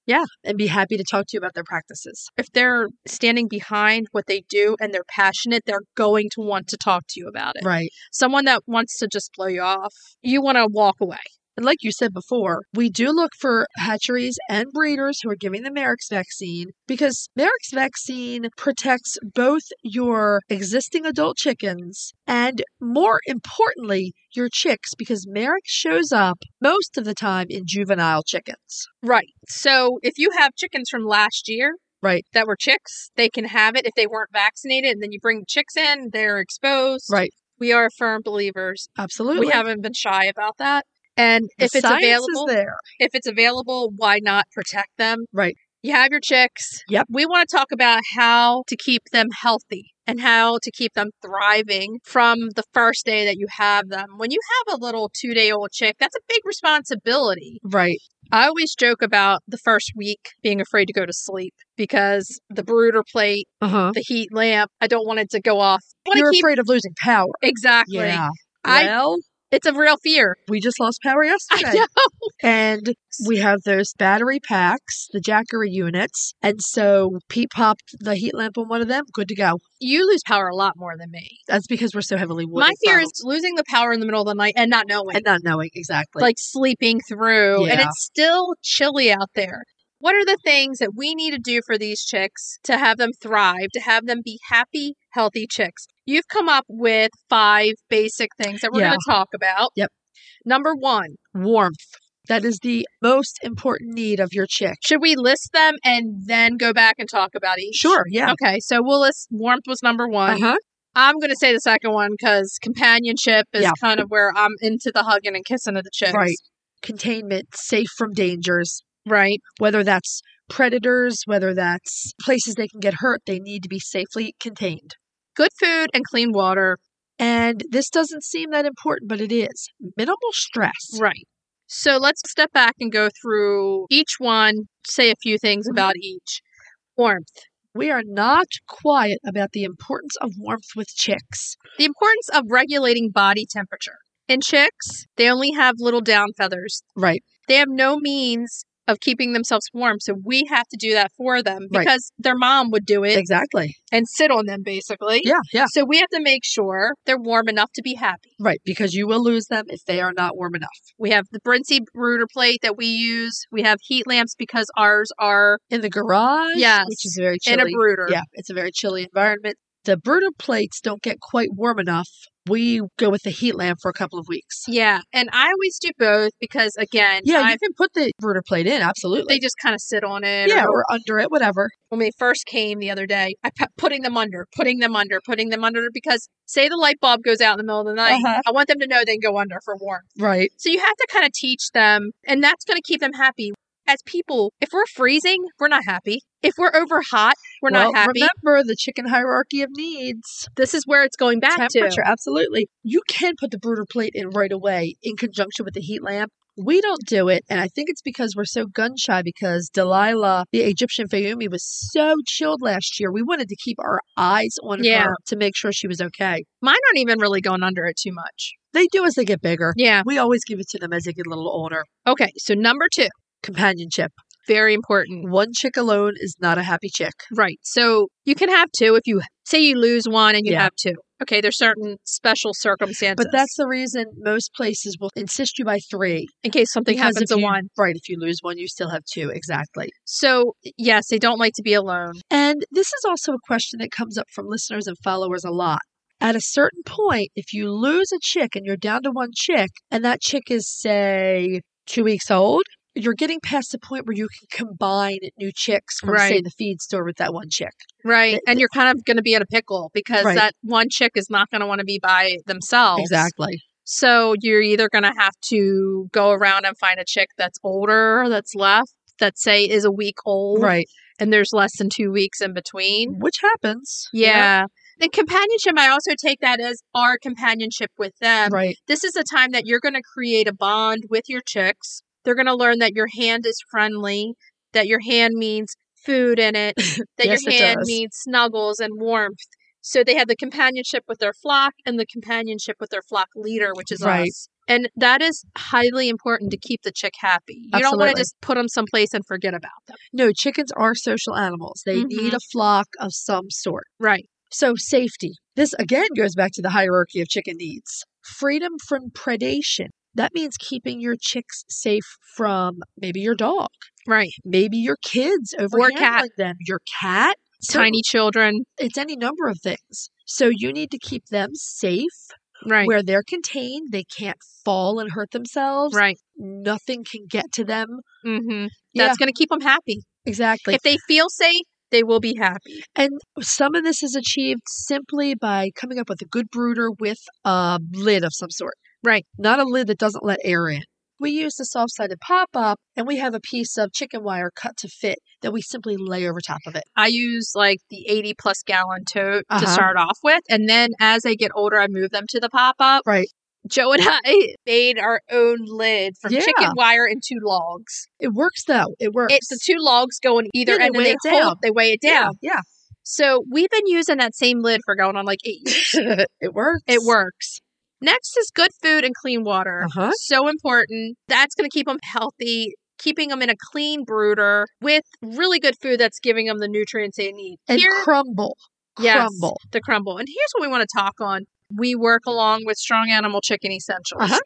Speaker 2: Yeah.
Speaker 3: And be happy to talk to you about their practices.
Speaker 2: If they're standing behind what they do and they're passionate, they're going to want to talk to you about it.
Speaker 3: Right.
Speaker 2: Someone that wants to just blow you off, you want to walk away.
Speaker 3: And like you said before, we do look for hatcheries and breeders who are giving the Merrick's vaccine because Merrick's vaccine protects both your existing adult chickens and, more importantly, your chicks because Merrick shows up most of the time in juvenile chickens.
Speaker 2: Right. So if you have chickens from last year,
Speaker 3: Right.
Speaker 2: that were chicks, they can have it if they weren't vaccinated. And then you bring chicks in, they're exposed.
Speaker 3: Right.
Speaker 2: We are firm believers.
Speaker 3: Absolutely.
Speaker 2: We haven't been shy about that. And
Speaker 3: The
Speaker 2: if it's
Speaker 3: science is
Speaker 2: available,
Speaker 3: there.
Speaker 2: if it's available, why not protect them?
Speaker 3: Right.
Speaker 2: You have your chicks.
Speaker 3: Yep.
Speaker 2: We want to talk about how to keep them healthy and how to keep them thriving from the first day that you have them. When you have a little two day old chick, that's a big responsibility.
Speaker 3: Right.
Speaker 2: I always joke about the first week being afraid to go to sleep because the brooder plate,
Speaker 3: Uh huh.
Speaker 2: the heat lamp, I don't want it to go off. I want
Speaker 3: You're
Speaker 2: to keep
Speaker 3: afraid of losing power.
Speaker 2: exactly.
Speaker 3: Yeah.
Speaker 2: I-
Speaker 3: well,
Speaker 2: It's a real fear.
Speaker 3: we just lost power
Speaker 2: I
Speaker 3: yesterday.
Speaker 2: know.
Speaker 3: And we have those battery packs, the Jackery units. And so Pete popped the heat lamp on one of them. Good to go.
Speaker 2: You lose power a lot more than me.
Speaker 3: That's because we're so heavily wood.
Speaker 2: My fear is losing the power in the middle of the night and not knowing,
Speaker 3: and not knowing exactly.
Speaker 2: like sleeping through, and
Speaker 3: Yeah.
Speaker 2: it's still chilly out there. What are the things that we need to do for these chicks to have them thrive, to have them be happy, healthy chicks? You've come up with five basic things that we're
Speaker 3: Yeah.
Speaker 2: going to talk about.
Speaker 3: Yep.
Speaker 2: Number one,
Speaker 3: warmth. That is the most important need of your chick.
Speaker 2: Should we list them and then go back and talk about each?
Speaker 3: Sure. Yeah.
Speaker 2: Okay, so we'll list warmth was number one.
Speaker 3: Uh-huh.
Speaker 2: I'm going to say the second one because companionship is
Speaker 3: Yeah.
Speaker 2: kind of where I'm into the hugging and kissing of the chicks.
Speaker 3: Right. Containment, safe from dangers,
Speaker 2: Right.
Speaker 3: whether that's predators, whether that's places they can get hurt, they need to be safely contained.
Speaker 2: Good food and clean water.
Speaker 3: And this doesn't seem that important, but it is minimal stress.
Speaker 2: Right. So let's step back and go through each one, say a few things
Speaker 3: Mm-hmm.
Speaker 2: about each. Warmth.
Speaker 3: We are not quiet about the importance of warmth with chicks.
Speaker 2: The importance of regulating body temperature. In chicks, they only have little down feathers.
Speaker 3: Right.
Speaker 2: they have no means of keeping themselves warm. So we have to do that for them
Speaker 3: Right.
Speaker 2: because their mom would do it
Speaker 3: Exactly.
Speaker 2: and sit on them basically.
Speaker 3: Yeah, yeah.
Speaker 2: So we have to make sure they're warm enough to be happy.
Speaker 3: Right, because you will lose them if they are not warm enough.
Speaker 2: We have the Brincy brooder plate that we use. We have heat lamps because ours are
Speaker 3: In the garage,
Speaker 2: Yes,
Speaker 3: which is very
Speaker 2: in a
Speaker 3: chilly.
Speaker 2: brooder.
Speaker 3: yeah, it's a very chilly environment. The brooder plates don't get quite warm enough we go with the heat lamp for a couple of weeks.
Speaker 2: Yeah, and I always do both because again,
Speaker 3: Yeah,
Speaker 2: I-
Speaker 3: you can put the inverter plate in, absolutely.
Speaker 2: they just kind of sit on it.
Speaker 3: yeah,
Speaker 2: or
Speaker 3: or under it, whatever.
Speaker 2: when we first came the other day, I kept putting them under, putting them under, putting them under because say the light bulb goes out in the middle of the night,
Speaker 3: Uh-huh.
Speaker 2: I want them to know they can go under for warmth.
Speaker 3: Right.
Speaker 2: So you have to kind of teach them, and that's going to keep them happy. As people, if we're freezing, we're not happy. If we're over hot, we're
Speaker 3: Well,
Speaker 2: not happy.
Speaker 3: Remember the chicken hierarchy of needs.
Speaker 2: this is where it's going back
Speaker 3: Temperature,
Speaker 2: to.
Speaker 3: absolutely. You can put the brooder plate in right away in conjunction with the heat lamp. We don't do it, and I think it's because we're so gun shy because Delilah, the Egyptian Fayumi, was so chilled last year. We wanted to keep our eyes on
Speaker 2: Yeah.
Speaker 3: her to make sure she was okay.
Speaker 2: Mine aren't even really going under it too much.
Speaker 3: They do as they get bigger.
Speaker 2: Yeah.
Speaker 3: We always give it to them as they get a little older.
Speaker 2: Okay. So number two,
Speaker 3: Companionship.
Speaker 2: very important.
Speaker 3: One chick alone is not a happy chick.
Speaker 2: Right. So you can have two if you say you lose one and you
Speaker 3: Yeah.
Speaker 2: have two. Okay. There's certain special circumstances.
Speaker 3: But that's the reason most places will insist you by three.
Speaker 2: in case something
Speaker 3: because
Speaker 2: happens
Speaker 3: if
Speaker 2: to
Speaker 3: you-
Speaker 2: one.
Speaker 3: Right. If you lose one, you still have two. Exactly.
Speaker 2: So yes, they don't like to be alone.
Speaker 3: And this is also a question that comes up from listeners and followers a lot. At a certain point, if you lose a chick and you're down to one chick, and that chick is, say, two weeks old, you're getting past the point where you can combine new chicks from, say,
Speaker 2: Right.
Speaker 3: the feed store with that one chick.
Speaker 2: Right.
Speaker 3: Th-
Speaker 2: And you're kind of going to be in a pickle because
Speaker 3: Right.
Speaker 2: that one chick is not going to want to be by themselves.
Speaker 3: Exactly.
Speaker 2: So you're either going to have to go around and find a chick that's older, that's left, that say is a week old,
Speaker 3: Right.
Speaker 2: and there's less than two weeks in between.
Speaker 3: Which happens. you know?
Speaker 2: Yeah. The companionship, I also take that as our companionship with them.
Speaker 3: Right.
Speaker 2: This is a time that you're going to create a bond with your chicks. They're going to learn that your hand is friendly, that your hand means food in it, that
Speaker 3: Yes,
Speaker 2: your
Speaker 3: it
Speaker 2: hand
Speaker 3: does.
Speaker 2: means snuggles and warmth. So they have the companionship with their flock and the companionship with their flock leader, which is
Speaker 3: Right.
Speaker 2: us. And that is highly important to keep the chick happy. You don't want
Speaker 3: Absolutely.
Speaker 2: to just put them someplace and forget about them.
Speaker 3: No, chickens are social animals.
Speaker 2: Mm-hmm.
Speaker 3: They need a flock of some sort.
Speaker 2: Right.
Speaker 3: So, safety. This again goes back to the hierarchy of chicken needs. Freedom from predation. That means keeping your chicks safe from maybe your dog,
Speaker 2: Right.
Speaker 3: maybe your kids over
Speaker 2: Or cat.
Speaker 3: handling them, your cat,
Speaker 2: Tiny children.
Speaker 3: Certain- It's any number of things. So, you need to keep them safe
Speaker 2: Right.
Speaker 3: where they're contained. They can't fall and hurt themselves.
Speaker 2: right.
Speaker 3: Nothing can get to them.
Speaker 2: hmm
Speaker 3: Yeah.
Speaker 2: That's going to keep them happy.
Speaker 3: Exactly.
Speaker 2: if they feel safe, they will be happy.
Speaker 3: And some of this is achieved simply by coming up with a good brooder with a lid of some sort.
Speaker 2: Right.
Speaker 3: Not a lid that doesn't let air in. We use the soft sided pop up and we have a piece of chicken wire cut to fit that we simply lay over top of it.
Speaker 2: I use like the 80 plus gallon tote
Speaker 3: Uh-huh.
Speaker 2: to start off with. And then as they get older, I move them to the pop up.
Speaker 3: Right.
Speaker 2: Joe and I made our own lid from
Speaker 3: Yeah.
Speaker 2: chicken wire and two logs.
Speaker 3: It works though. It works.
Speaker 2: It's the two logs go in either
Speaker 3: Yeah, they
Speaker 2: end and
Speaker 3: weigh
Speaker 2: they
Speaker 3: it down.
Speaker 2: hold, they weigh it
Speaker 3: Yeah.
Speaker 2: down.
Speaker 3: Yeah.
Speaker 2: So we've been using that same lid for going on like eight years.
Speaker 3: it works.
Speaker 2: It works. Next is good food and clean water.
Speaker 3: Uh-huh.
Speaker 2: So important. That's going to keep them healthy, keeping them in a clean brooder with really good food that's giving them the nutrients they need.
Speaker 3: And
Speaker 2: Here,
Speaker 3: crumble.
Speaker 2: yes,
Speaker 3: Crumble.
Speaker 2: the crumble. And here's what we want to talk on. We work along with Strong Animal Chicken Essentials.
Speaker 3: Uh-huh.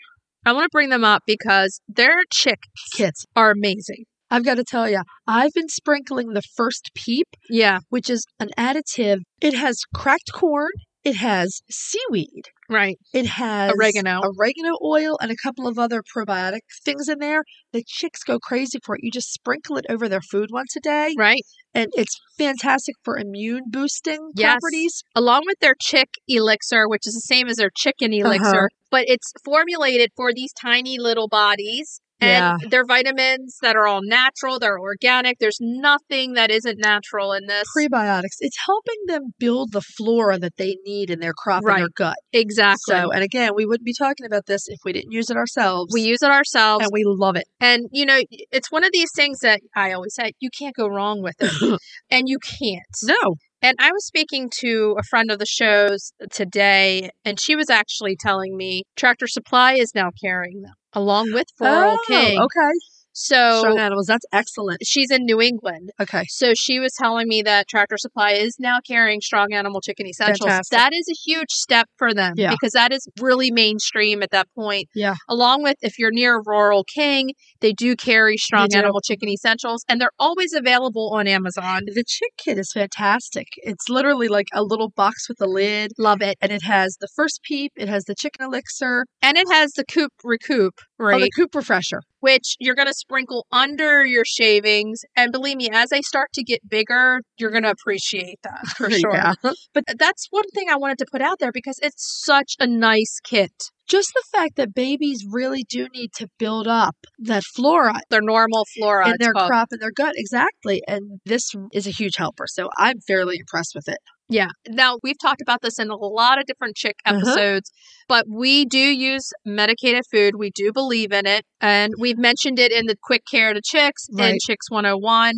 Speaker 2: I want to bring them up because their chickens
Speaker 3: Kids,
Speaker 2: are amazing.
Speaker 3: I've got to tell you, I've been sprinkling the first peep,
Speaker 2: Yeah,
Speaker 3: which is an additive. It has cracked corn, it has seaweed.
Speaker 2: right.
Speaker 3: It has
Speaker 2: Oregano.
Speaker 3: oregano oil, and a couple of other probiotic things in there. The chicks go crazy for it. You just sprinkle it over their food once a day,
Speaker 2: Right.
Speaker 3: and it's fantastic for immune boosting
Speaker 2: Yes.
Speaker 3: properties.
Speaker 2: along with their chick elixir, which is the same as their chicken elixir,
Speaker 3: Uh-huh.
Speaker 2: but it's formulated for these tiny little bodies.
Speaker 3: Yeah.
Speaker 2: And their vitamins that are all natural, they're organic. There's nothing that isn't natural in this.
Speaker 3: Prebiotics. It's helping them build the flora that they need in their crop and their
Speaker 2: Right.
Speaker 3: gut.
Speaker 2: exactly.
Speaker 3: So, and again, we wouldn't be talking about this if we didn't use it ourselves.
Speaker 2: we use it ourselves.
Speaker 3: and we love it.
Speaker 2: And you know, it's one of these things that I always say you can't go wrong with it, and you can't.
Speaker 3: No,
Speaker 2: And I was speaking to a friend of the show's today, and she was actually telling me Tractor Supply is now carrying them along with Rural
Speaker 3: oh,
Speaker 2: King.
Speaker 3: Okay,
Speaker 2: So
Speaker 3: Strong animals. That's excellent.
Speaker 2: she's in New England.
Speaker 3: Okay.
Speaker 2: So she was telling me that Tractor Supply is now carrying strong animal chicken essentials.
Speaker 3: Fantastic.
Speaker 2: That is a huge step for them
Speaker 3: Yeah.
Speaker 2: because that is really mainstream at that point.
Speaker 3: Yeah.
Speaker 2: Along with if you're near Rural King, they do carry strong
Speaker 3: do.
Speaker 2: animal chicken essentials and they're always available on Amazon.
Speaker 3: The chick kit is fantastic. It's literally like a little box with a lid,
Speaker 2: Love it.
Speaker 3: and it has the first peep, it has the chicken elixir,
Speaker 2: And it has the coop recoup
Speaker 3: or
Speaker 2: rate,
Speaker 3: Oh, the coop refresher.
Speaker 2: which you're going to sprinkle under your shavings. And believe me, as I start to get bigger, you're going to appreciate that for sure.
Speaker 3: Yeah.
Speaker 2: But that's one thing I wanted to put out there because it's such a nice kit.
Speaker 3: Just the fact that babies really do need to build up that flora
Speaker 2: Their normal flora.
Speaker 3: in
Speaker 2: it's
Speaker 3: their
Speaker 2: called.
Speaker 3: crop and their gut. Exactly. And this is a huge helper. So I'm fairly impressed with it.
Speaker 2: Yeah. Now, we've talked about this in a lot of different chick
Speaker 3: Uh-huh.
Speaker 2: episodes, but we do use medicated food. We do believe in it. And we've mentioned it in the Quick Care to Chicks in
Speaker 3: Right.
Speaker 2: Chicks 101.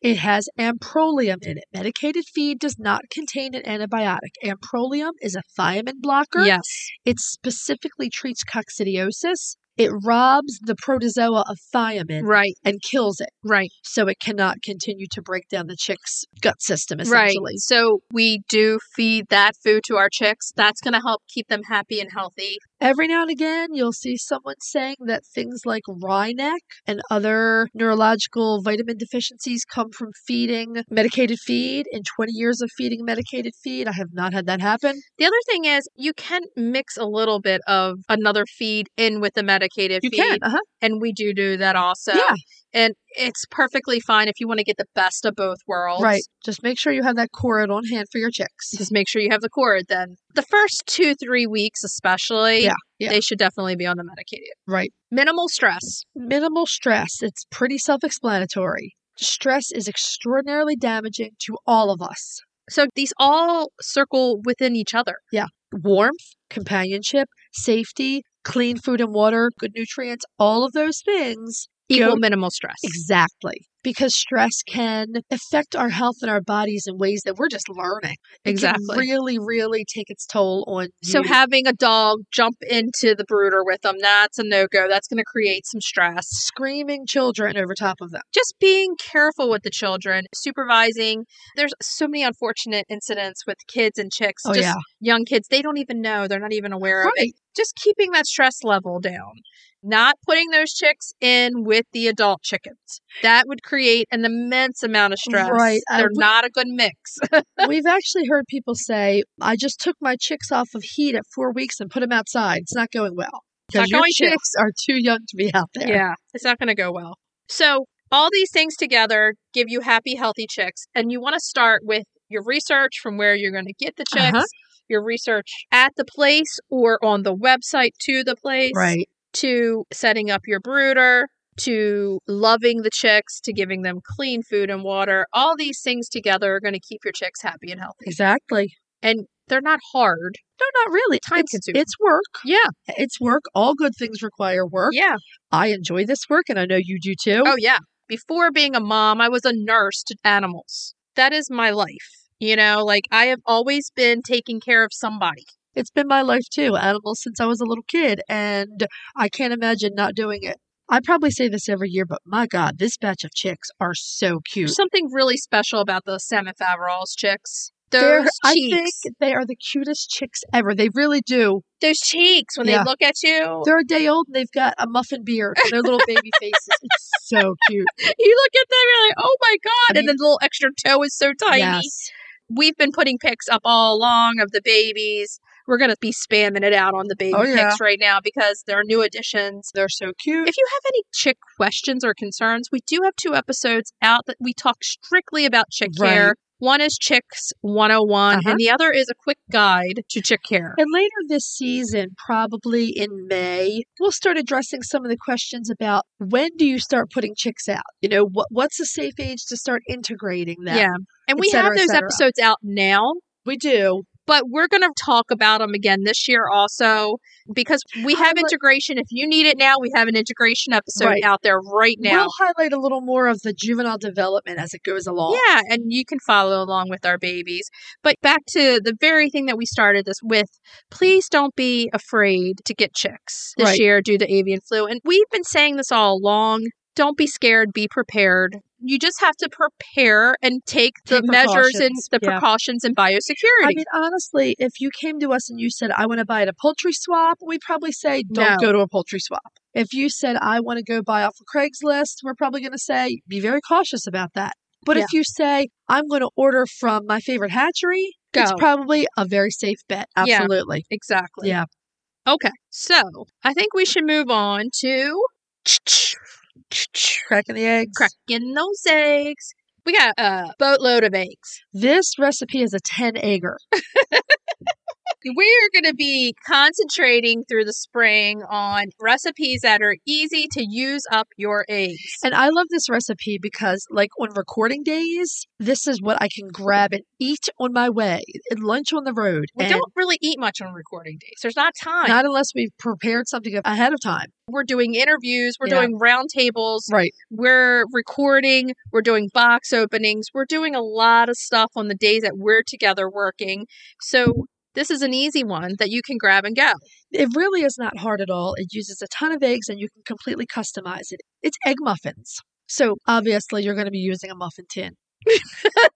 Speaker 3: It has amprolium in it. Medicated feed does not contain an antibiotic. Amprolium is a thiamine blocker.
Speaker 2: Yes.
Speaker 3: It specifically treats coccidiosis. It robs the protozoa of thiamine
Speaker 2: Right.
Speaker 3: and kills it.
Speaker 2: Right.
Speaker 3: So it cannot continue to break down the chick's gut system,
Speaker 2: Right.
Speaker 3: essentially.
Speaker 2: So we do feed that food to our chicks. That's going to help keep them happy and healthy.
Speaker 3: Every now and again, you'll see someone saying that things like wry neck and other neurological vitamin deficiencies come from feeding medicated feed. In 20 years of feeding medicated feed, I have not had that happen.
Speaker 2: The other thing is you can mix a little bit of another feed in with the medicated feed.
Speaker 3: Uh-huh.
Speaker 2: And we do do that also.
Speaker 3: yeah.
Speaker 2: And it's perfectly fine if you want to get the best of both worlds.
Speaker 3: Right. Just make sure you have that cord on hand for your chicks.
Speaker 2: Just make sure you have the cord then. The first two, three weeks, especially,
Speaker 3: Yeah, yeah.
Speaker 2: they should definitely be on the medicated.
Speaker 3: Right.
Speaker 2: Minimal stress.
Speaker 3: Minimal stress. It's pretty self explanatory. Stress is extraordinarily damaging to all of us.
Speaker 2: So these all circle within each other.
Speaker 3: Warmth, companionship, safety, clean food and water, good nutrients, all of those things.
Speaker 2: Equal
Speaker 3: go-
Speaker 2: minimal stress.
Speaker 3: Exactly. Because stress can affect our health and our bodies in ways that we're just learning. It
Speaker 2: Exactly.
Speaker 3: Can really, really take its toll on
Speaker 2: So
Speaker 3: you.
Speaker 2: having a dog jump into the brooder with them, that's a no go. That's going to create some stress.
Speaker 3: screaming children over top of them.
Speaker 2: Just being careful with the children, supervising. There's so many unfortunate incidents with kids and chicks,
Speaker 3: Oh,
Speaker 2: just
Speaker 3: yeah.
Speaker 2: young kids. They don't even know. They're not even aware of it.
Speaker 3: Right.
Speaker 2: Just keeping that stress level down. Not putting those chicks in with the adult chickens. That would create an immense amount of stress.
Speaker 3: Right. I
Speaker 2: They're
Speaker 3: would-
Speaker 2: not a good mix.
Speaker 3: We've actually heard people say, I just took my chicks off of heat at four weeks and put them outside. It's not going well.
Speaker 2: not
Speaker 3: Because your
Speaker 2: going to.
Speaker 3: chicks are too young to be out there.
Speaker 2: Yeah, it's not going to go well. So, all these things together give you happy, healthy chicks. And you want to start with your research from where you're going to get the chicks,
Speaker 3: Uh-huh.
Speaker 2: your research at the place or on the website to the place,
Speaker 3: Right.
Speaker 2: to setting up your brooder, to loving the chicks, to giving them clean food and water. All these things together are going to keep your chicks happy and healthy.
Speaker 3: Exactly.
Speaker 2: And they're not hard.
Speaker 3: No, not really.
Speaker 2: Time
Speaker 3: it's,
Speaker 2: consuming.
Speaker 3: it's work.
Speaker 2: Yeah.
Speaker 3: It's work. All good things require work.
Speaker 2: Yeah.
Speaker 3: I enjoy this work and I know you do too.
Speaker 2: Oh, yeah. Before being a mom, I was a nurse to animals. That is my life. You know, like I have always been taking care of somebody.
Speaker 3: It's been my life too, animals since I was a little kid, and I can't imagine not doing it. I probably say this every year, but my God, this batch of chicks are so cute.
Speaker 2: There's something really special about those salmon Faverolles chicks. Those
Speaker 3: They're- I think
Speaker 2: cheeks.
Speaker 3: they are the cutest chicks ever. They really do.
Speaker 2: those cheeks when
Speaker 3: Yeah.
Speaker 2: they look at you.
Speaker 3: They're a day old and they've got a muffin beard and their little baby faces. It's so cute.
Speaker 2: you look at them, you're like, oh my God.
Speaker 3: I
Speaker 2: and the little extra toe is so tiny.
Speaker 3: Yes.
Speaker 2: We've been putting pics up all along of the babies. We're going to be spamming it out on the baby
Speaker 3: Oh, yeah.
Speaker 2: pics right now because they're new additions.
Speaker 3: They're so cute.
Speaker 2: If you have any chick questions or concerns, we do have two episodes out that we talk strictly about chick
Speaker 3: Right.
Speaker 2: care. One is Chicks 101,
Speaker 3: Uh-huh.
Speaker 2: and the other is a quick guide to chick care.
Speaker 3: And later this season, probably in May, we'll start addressing some of the questions about when do you start putting chicks out? You know, what what's a safe age to start integrating them?
Speaker 2: Yeah. And we
Speaker 3: Et cetera,
Speaker 2: have
Speaker 3: et
Speaker 2: those
Speaker 3: cetera.
Speaker 2: episodes out now,
Speaker 3: We do.
Speaker 2: but we're going to talk about them again this year also because we have
Speaker 3: Highlight-
Speaker 2: integration. If you need it now, we have an integration episode
Speaker 3: Right.
Speaker 2: out there right now.
Speaker 3: We'll highlight a little more of the juvenile development as it goes along.
Speaker 2: Yeah, and you can follow along with our babies. But back to the very thing that we started this with please don't be afraid to get chicks this
Speaker 3: Right.
Speaker 2: year due to avian flu. And we've been saying this all along. don't be scared, be prepared. You just have to prepare and take the
Speaker 3: Take
Speaker 2: measures and
Speaker 3: precautions,
Speaker 2: the
Speaker 3: yeah.
Speaker 2: precautions and biosecurity.
Speaker 3: I mean, honestly, if you came to us and you said, I want to buy at a poultry swap, we'd probably say, don't
Speaker 2: No.
Speaker 3: go to a poultry swap. If you said, I want to go buy off of Craigslist, we're probably going to say, be very cautious about that. But if you say, I'm going to order from my favorite hatchery, it's
Speaker 2: Go.
Speaker 3: probably a very safe bet.
Speaker 2: Yeah.
Speaker 3: Absolutely.
Speaker 2: exactly.
Speaker 3: Yeah.
Speaker 2: Okay. So I think we should move on to
Speaker 3: Cracking the eggs.
Speaker 2: cracking those eggs. We got a boatload of eggs.
Speaker 3: This recipe is a 10 egger.
Speaker 2: We are going to be concentrating through the spring on recipes that are easy to use up your eggs.
Speaker 3: And I love this recipe because, like, on recording days, this is what I can grab and eat on my way, and lunch on the road.
Speaker 2: we
Speaker 3: and
Speaker 2: don't really eat much on recording days. There's not time.
Speaker 3: Not unless we've prepared something ahead of time.
Speaker 2: we're doing interviews, we're
Speaker 3: Yeah.
Speaker 2: doing roundtables,
Speaker 3: Right.
Speaker 2: we're recording, we're doing box openings, we're doing a lot of stuff on the days that we're together working. So this is an easy one that you can grab and go.
Speaker 3: It really is not hard at all. It uses a ton of eggs and you can completely customize it. It's egg muffins. So obviously, you're going to be using a muffin tin
Speaker 2: Do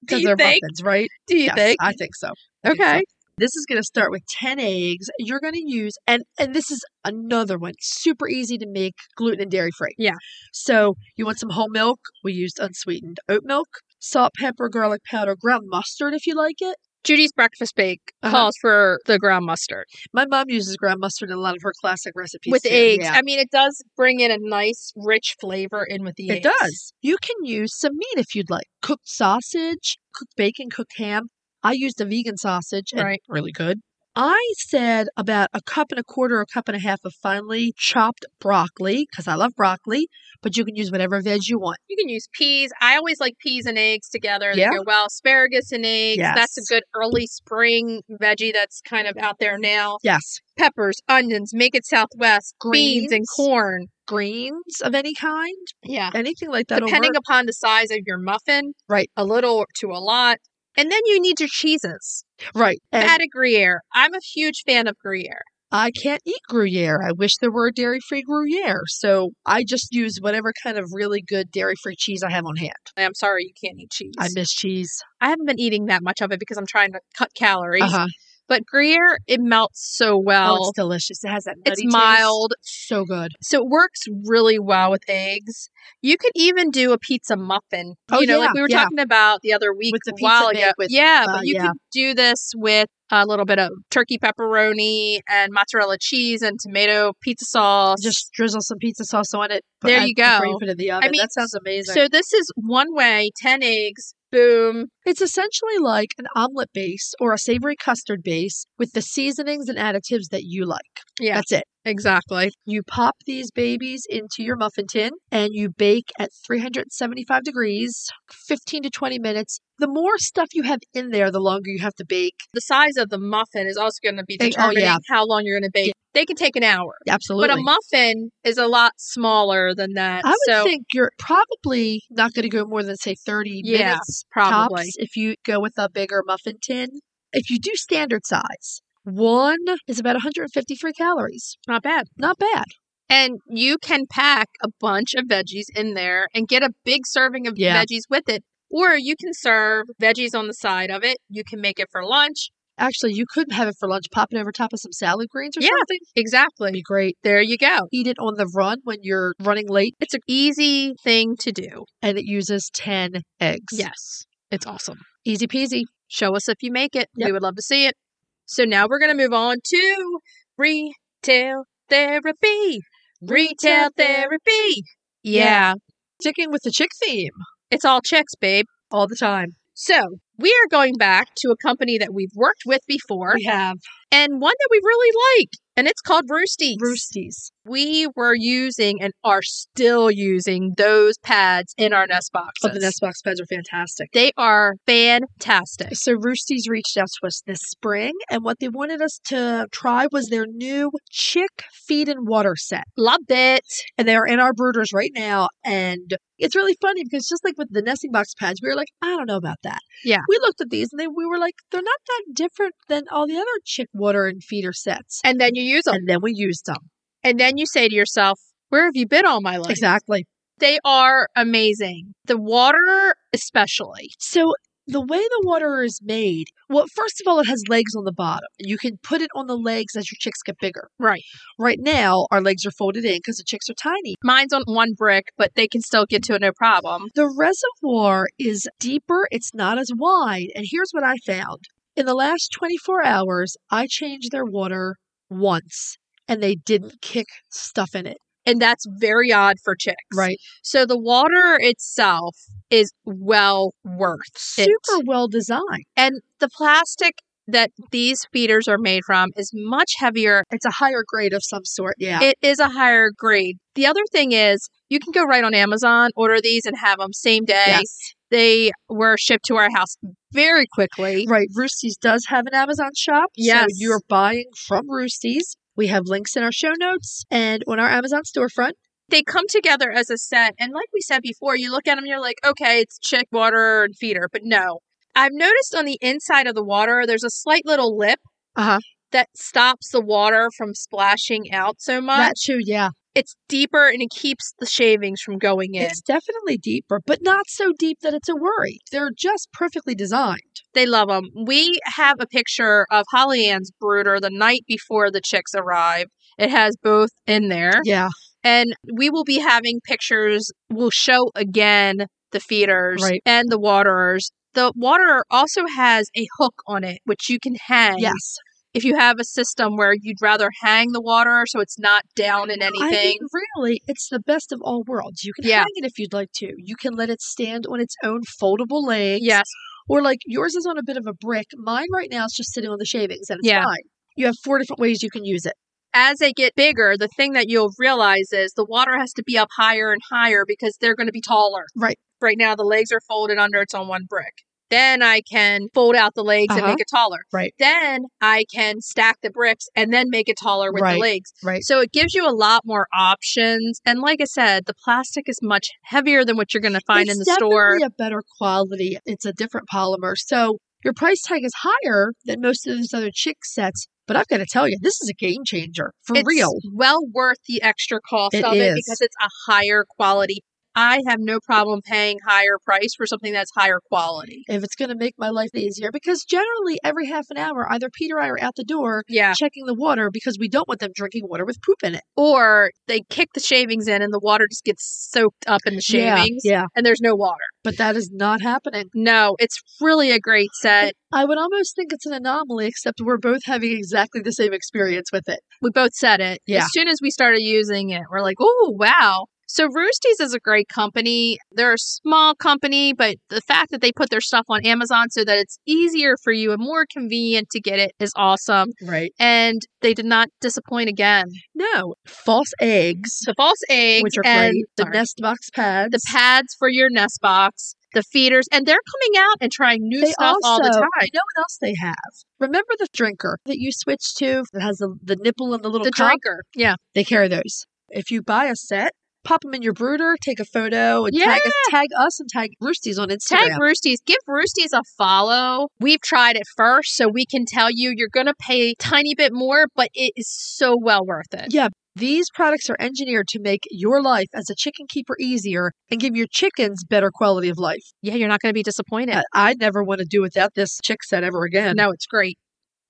Speaker 3: because
Speaker 2: you
Speaker 3: they're
Speaker 2: think?
Speaker 3: muffins, right?
Speaker 2: Do you
Speaker 3: Yes,
Speaker 2: think?
Speaker 3: I think so. I think so.
Speaker 2: okay.
Speaker 3: This is going to start with 10 eggs. You're going to use, and, and this is another one, super easy to make gluten and dairy free.
Speaker 2: Yeah.
Speaker 3: So you want some whole milk. We used unsweetened oat milk, salt, pepper, garlic powder, ground mustard if you like it.
Speaker 2: Judy's breakfast bake
Speaker 3: Uh-huh.
Speaker 2: calls for the ground mustard
Speaker 3: My mom uses ground mustard in a lot of her classic recipes.
Speaker 2: with
Speaker 3: too.
Speaker 2: eggs.
Speaker 3: Yeah.
Speaker 2: I mean, it does bring in a nice, rich flavor in with the
Speaker 3: It
Speaker 2: eggs.
Speaker 3: does. You can use some meat if you'd like. Cooked sausage, cooked bacon, cooked ham. I used a vegan sausage. and
Speaker 2: Right.
Speaker 3: Really good. I said about a cup and a quarter, a cup and a half of finely chopped broccoli, because I love broccoli, but you can use whatever veg you want.
Speaker 2: You can use peas. I always like peas and eggs together. They
Speaker 3: Yeah.
Speaker 2: go well. Asparagus and eggs. That's a
Speaker 3: Yes.
Speaker 2: good early spring veggie that's kind of out there now.
Speaker 3: Yes.
Speaker 2: Peppers, onions, make it Southwest, beans and
Speaker 3: Greens.
Speaker 2: corn.
Speaker 3: Greens of any kind,
Speaker 2: Yeah.
Speaker 3: anything like that.
Speaker 2: Depending upon the size of your muffin.
Speaker 3: Right.
Speaker 2: A little to a lot. And then you need your cheeses.
Speaker 3: right. And
Speaker 2: Add a Gruyere. I'm a huge fan of Gruyere.
Speaker 3: I can't eat Gruyere. I wish there were a dairy free Gruyere. So I just use whatever kind of really good dairy free cheese I have on hand.
Speaker 2: I'm sorry you can't eat cheese.
Speaker 3: I miss cheese.
Speaker 2: I haven't been eating that much of it because I'm trying to cut calories.
Speaker 3: Uh-huh.
Speaker 2: But Gruyere, it melts so
Speaker 3: Oh,
Speaker 2: well.
Speaker 3: it's delicious. It has that nutty
Speaker 2: it's
Speaker 3: taste.
Speaker 2: mild.
Speaker 3: So good.
Speaker 2: So it works really well with eggs. You could even do a pizza muffin.
Speaker 3: Oh,
Speaker 2: you know, like
Speaker 3: yeah,
Speaker 2: we were
Speaker 3: yeah.
Speaker 2: talking about the other week
Speaker 3: With the
Speaker 2: a
Speaker 3: pizza
Speaker 2: while
Speaker 3: bake
Speaker 2: ago.
Speaker 3: with-
Speaker 2: yeah,
Speaker 3: uh,
Speaker 2: but you
Speaker 3: yeah.
Speaker 2: could do this with a little bit of turkey pepperoni and mozzarella cheese and tomato pizza sauce.
Speaker 3: Just drizzle some pizza sauce on it. put-
Speaker 2: There
Speaker 3: I-
Speaker 2: you
Speaker 3: Before you
Speaker 2: go.
Speaker 3: put it in the oven.
Speaker 2: mean,
Speaker 3: that sounds amazing.
Speaker 2: so this is one way, 10 eggs, boom.
Speaker 3: it's essentially like an omelet base or a savory custard base with the seasonings and additives that you like.
Speaker 2: Yeah,
Speaker 3: That's it.
Speaker 2: exactly.
Speaker 3: You pop these babies into your muffin tin and you bake at 375 degrees, 15 to 20 minutes. The more stuff you have in there, the longer you have to bake.
Speaker 2: The size of the muffin is also going to be
Speaker 3: Oh, yeah.
Speaker 2: determining how long you're going to bake. They can take an hour.
Speaker 3: Absolutely.
Speaker 2: But a muffin is a lot smaller than that.
Speaker 3: I would
Speaker 2: so
Speaker 3: think you're probably not going to go more than, say, 30
Speaker 2: Yeah.
Speaker 3: minutes
Speaker 2: probably.
Speaker 3: tops if you go with a bigger muffin tin. If you do standard size, one is about 153 calories.
Speaker 2: Not bad.
Speaker 3: Not bad.
Speaker 2: And you can pack a bunch of veggies in there and get a big serving of
Speaker 3: Yeah.
Speaker 2: veggies with it. Or you can serve veggies on the side of it. You can make it for lunch.
Speaker 3: Actually, you could have it for lunch, pop it over top of some salad greens or
Speaker 2: Yeah.
Speaker 3: something. Be
Speaker 2: Exactly.
Speaker 3: great.
Speaker 2: There you go.
Speaker 3: Eat it on the run when you're running late,
Speaker 2: It's an easy thing to do.
Speaker 3: and it uses 10 eggs.
Speaker 2: Yes. It's awesome.
Speaker 3: Easy peasy.
Speaker 2: Show us if you make it.
Speaker 3: Yep.
Speaker 2: We would love to see it. So now we're going to move on to retail therapy. Retail therapy. yeah.
Speaker 3: Sticking with the chick theme
Speaker 2: It's all chicks, babe.
Speaker 3: all the time.
Speaker 2: So we are going back to a company that we've worked with before.
Speaker 3: We have
Speaker 2: and one that we really like, and it's called Roosties.
Speaker 3: roosties.
Speaker 2: We were using and are still using those pads in our nest boxes.
Speaker 3: Oh, the nest box beds are fantastic.
Speaker 2: They are fantastic.
Speaker 3: So Roosties reached out to us this spring, and what they wanted us to try was their new chick feed and water set.
Speaker 2: Love it.
Speaker 3: And they are in our brooders right now. And it's really funny because just like with the nesting box pads, we were like, I don't know about that.
Speaker 2: Yeah.
Speaker 3: We looked at these and they, we were like, they're not that different than all the other chick water and feeder sets.
Speaker 2: And then you use them.
Speaker 3: And then we used them.
Speaker 2: And then you say to yourself, Where have you been all my life?
Speaker 3: Exactly.
Speaker 2: They are amazing. The water, especially.
Speaker 3: So the way the water is made, well, first of all, it has legs on the bottom. You can put it on the legs as your chicks get bigger.
Speaker 2: Right.
Speaker 3: Right now, our legs are folded in because the chicks are tiny.
Speaker 2: Mine's on one brick, but they can still get to it no problem.
Speaker 3: The reservoir is deeper, it's not as wide. And here's what I found in the last 24 hours, I changed their water once and they didn't kick stuff in it.
Speaker 2: And that's very odd for chicks. So the water itself is well worth it.
Speaker 3: Super well designed.
Speaker 2: And the plastic that these feeders are made from is much heavier.
Speaker 3: It's a higher grade of some sort. Yeah.
Speaker 2: It is a higher grade. The other thing is, you can go right on Amazon, order these, and have them same day.
Speaker 3: yes.
Speaker 2: They were shipped to our house very quickly.
Speaker 3: Right. Roosties does have an Amazon shop.
Speaker 2: Yes.
Speaker 3: So you're buying from Roosties. We have links in our show notes and on our Amazon storefront.
Speaker 2: They come together as a set. And like we said before, you look at them, you're like, okay, it's chick, water, and feeder. But no. I've noticed on the inside of the water, there's a slight little lip
Speaker 3: Uh-huh.
Speaker 2: that stops the water from splashing out so much.
Speaker 3: That too, yeah.
Speaker 2: it's deeper and it keeps the shavings from going in.
Speaker 3: It's definitely deeper, but not so deep that it's a worry. They're just perfectly designed.
Speaker 2: they love them. We have a picture of Holly Ann's brooder the night before the chicks arrive. It has both in there.
Speaker 3: Yeah.
Speaker 2: And we will be having pictures. We'll show again the feeders
Speaker 3: Right.
Speaker 2: and the waterers. The waterer also has a hook on it, which you can hang.
Speaker 3: Yes.
Speaker 2: If you have a system where you'd rather hang the waterer so it's not down in
Speaker 3: I
Speaker 2: anything.
Speaker 3: mean, really, it's the best of all worlds. You can
Speaker 2: Yeah.
Speaker 3: hang it if you'd like to. You can let it stand on its own foldable legs.
Speaker 2: yes.
Speaker 3: Or like yours is on a bit of a brick. Mine right now is just sitting on the shavings and it's
Speaker 2: Yeah.
Speaker 3: fine. You have four different ways you can use it.
Speaker 2: as they get bigger, the thing that you'll realize is the water has to be up higher and higher because they're going to be taller.
Speaker 3: Right.
Speaker 2: Right now, the legs are folded under, it's on one brick. Then I can fold out the legs and
Speaker 3: Uh-huh.
Speaker 2: make it taller.
Speaker 3: Right.
Speaker 2: Then I can stack the bricks and then make it taller with
Speaker 3: Right.
Speaker 2: the legs.
Speaker 3: Right.
Speaker 2: So it gives you a lot more options. And like I said, the plastic is much heavier than what you're going to find in
Speaker 3: It's
Speaker 2: the store.
Speaker 3: definitely a better quality. It's a different polymer. So your price tag is higher than most of those other chick sets. But I've got to tell you, this is a game changer for
Speaker 2: it's
Speaker 3: real.
Speaker 2: well worth the extra cost
Speaker 3: It
Speaker 2: of
Speaker 3: is.
Speaker 2: it because it's a higher quality. I have no problem paying higher price for something that's higher quality.
Speaker 3: If it's going to make my life easier, because generally every half an hour, either Pete or I are out the door
Speaker 2: Yeah.
Speaker 3: checking the water because we don't want them drinking water with poop in it.
Speaker 2: Or they kick the shavings in and the water just gets soaked up in the shavings
Speaker 3: Yeah, yeah.
Speaker 2: and there's no water.
Speaker 3: But that is not happening.
Speaker 2: No, it's really a great set.
Speaker 3: I would almost think it's an anomaly, except we're both having exactly the same experience with it.
Speaker 2: We both said it.
Speaker 3: Yeah.
Speaker 2: As soon as we started using it, we're like, oh, wow. So Roosties is a great company. They're a small company, but the fact that they put their stuff on Amazon so that it's easier for you and more convenient to get it is awesome.
Speaker 3: Right.
Speaker 2: And they did not disappoint again.
Speaker 3: No. False eggs,
Speaker 2: The false eggs
Speaker 3: which are
Speaker 2: and
Speaker 3: great. The
Speaker 2: Sorry.
Speaker 3: nest box pads.
Speaker 2: the pads for your nest box, the feeders, and they're coming out and trying new stuff all the
Speaker 3: You
Speaker 2: time.
Speaker 3: know what else they have? Remember the drinker that you switch to that has the, the nipple and the little
Speaker 2: The
Speaker 3: cup?
Speaker 2: drinker, yeah,
Speaker 3: They carry those. If you buy a set, pop them in your brooder, take a photo, and tag, us, tag us and tag Roosties on Instagram.
Speaker 2: tag Roosties, give Roosties a follow. We've tried it first, so we can tell you you're going to pay a tiny bit more, but it is so well worth it.
Speaker 3: Yeah, these products are engineered to make your life as a chicken keeper easier and give your chickens better quality of life.
Speaker 2: Yeah, you're not going to be disappointed.
Speaker 3: I, I never want to do without this chick set ever again.
Speaker 2: Uh, No, it's great.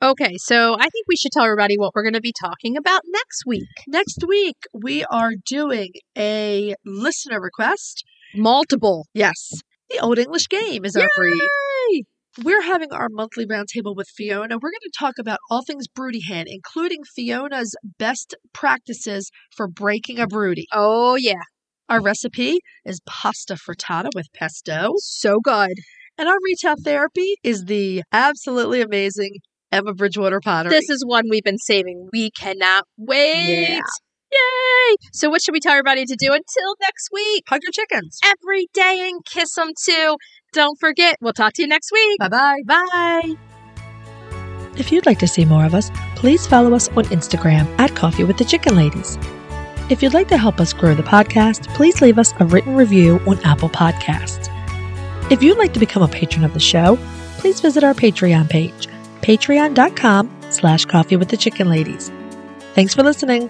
Speaker 2: Okay, so I think we should tell everybody what we're going to be talking about next week.
Speaker 3: Next week, we are doing a listener request.
Speaker 2: Multiple.
Speaker 3: Yes. The Old English Game is our breed.
Speaker 2: Yay!
Speaker 3: We're having our monthly roundtable with Fiona. We're going to talk about all things broody hen, including Fiona's best practices for breaking a broody.
Speaker 2: Oh, yeah.
Speaker 3: Our recipe is pasta frittata with pesto.
Speaker 2: So good.
Speaker 3: And our retail therapy is the absolutely amazing Emma Bridgewater Pottery.
Speaker 2: This is one we've been saving. We cannot wait.
Speaker 3: Yeah.
Speaker 2: Yay! So, what should we tell everybody to do until next week?
Speaker 3: Hug your chickens.
Speaker 2: Every day and kiss them too. Don't forget, we'll talk to you next week.
Speaker 3: Bye bye.
Speaker 2: Bye.
Speaker 3: If you'd like to see more of us, please follow us on Instagram at Coffee with the Chicken Ladies. If you'd like to help us grow the podcast, please leave us a written review on Apple Podcasts. If you'd like to become a patron of the show, please visit our Patreon page, patreon.com slash coffee with the chicken ladies. Thanks for listening.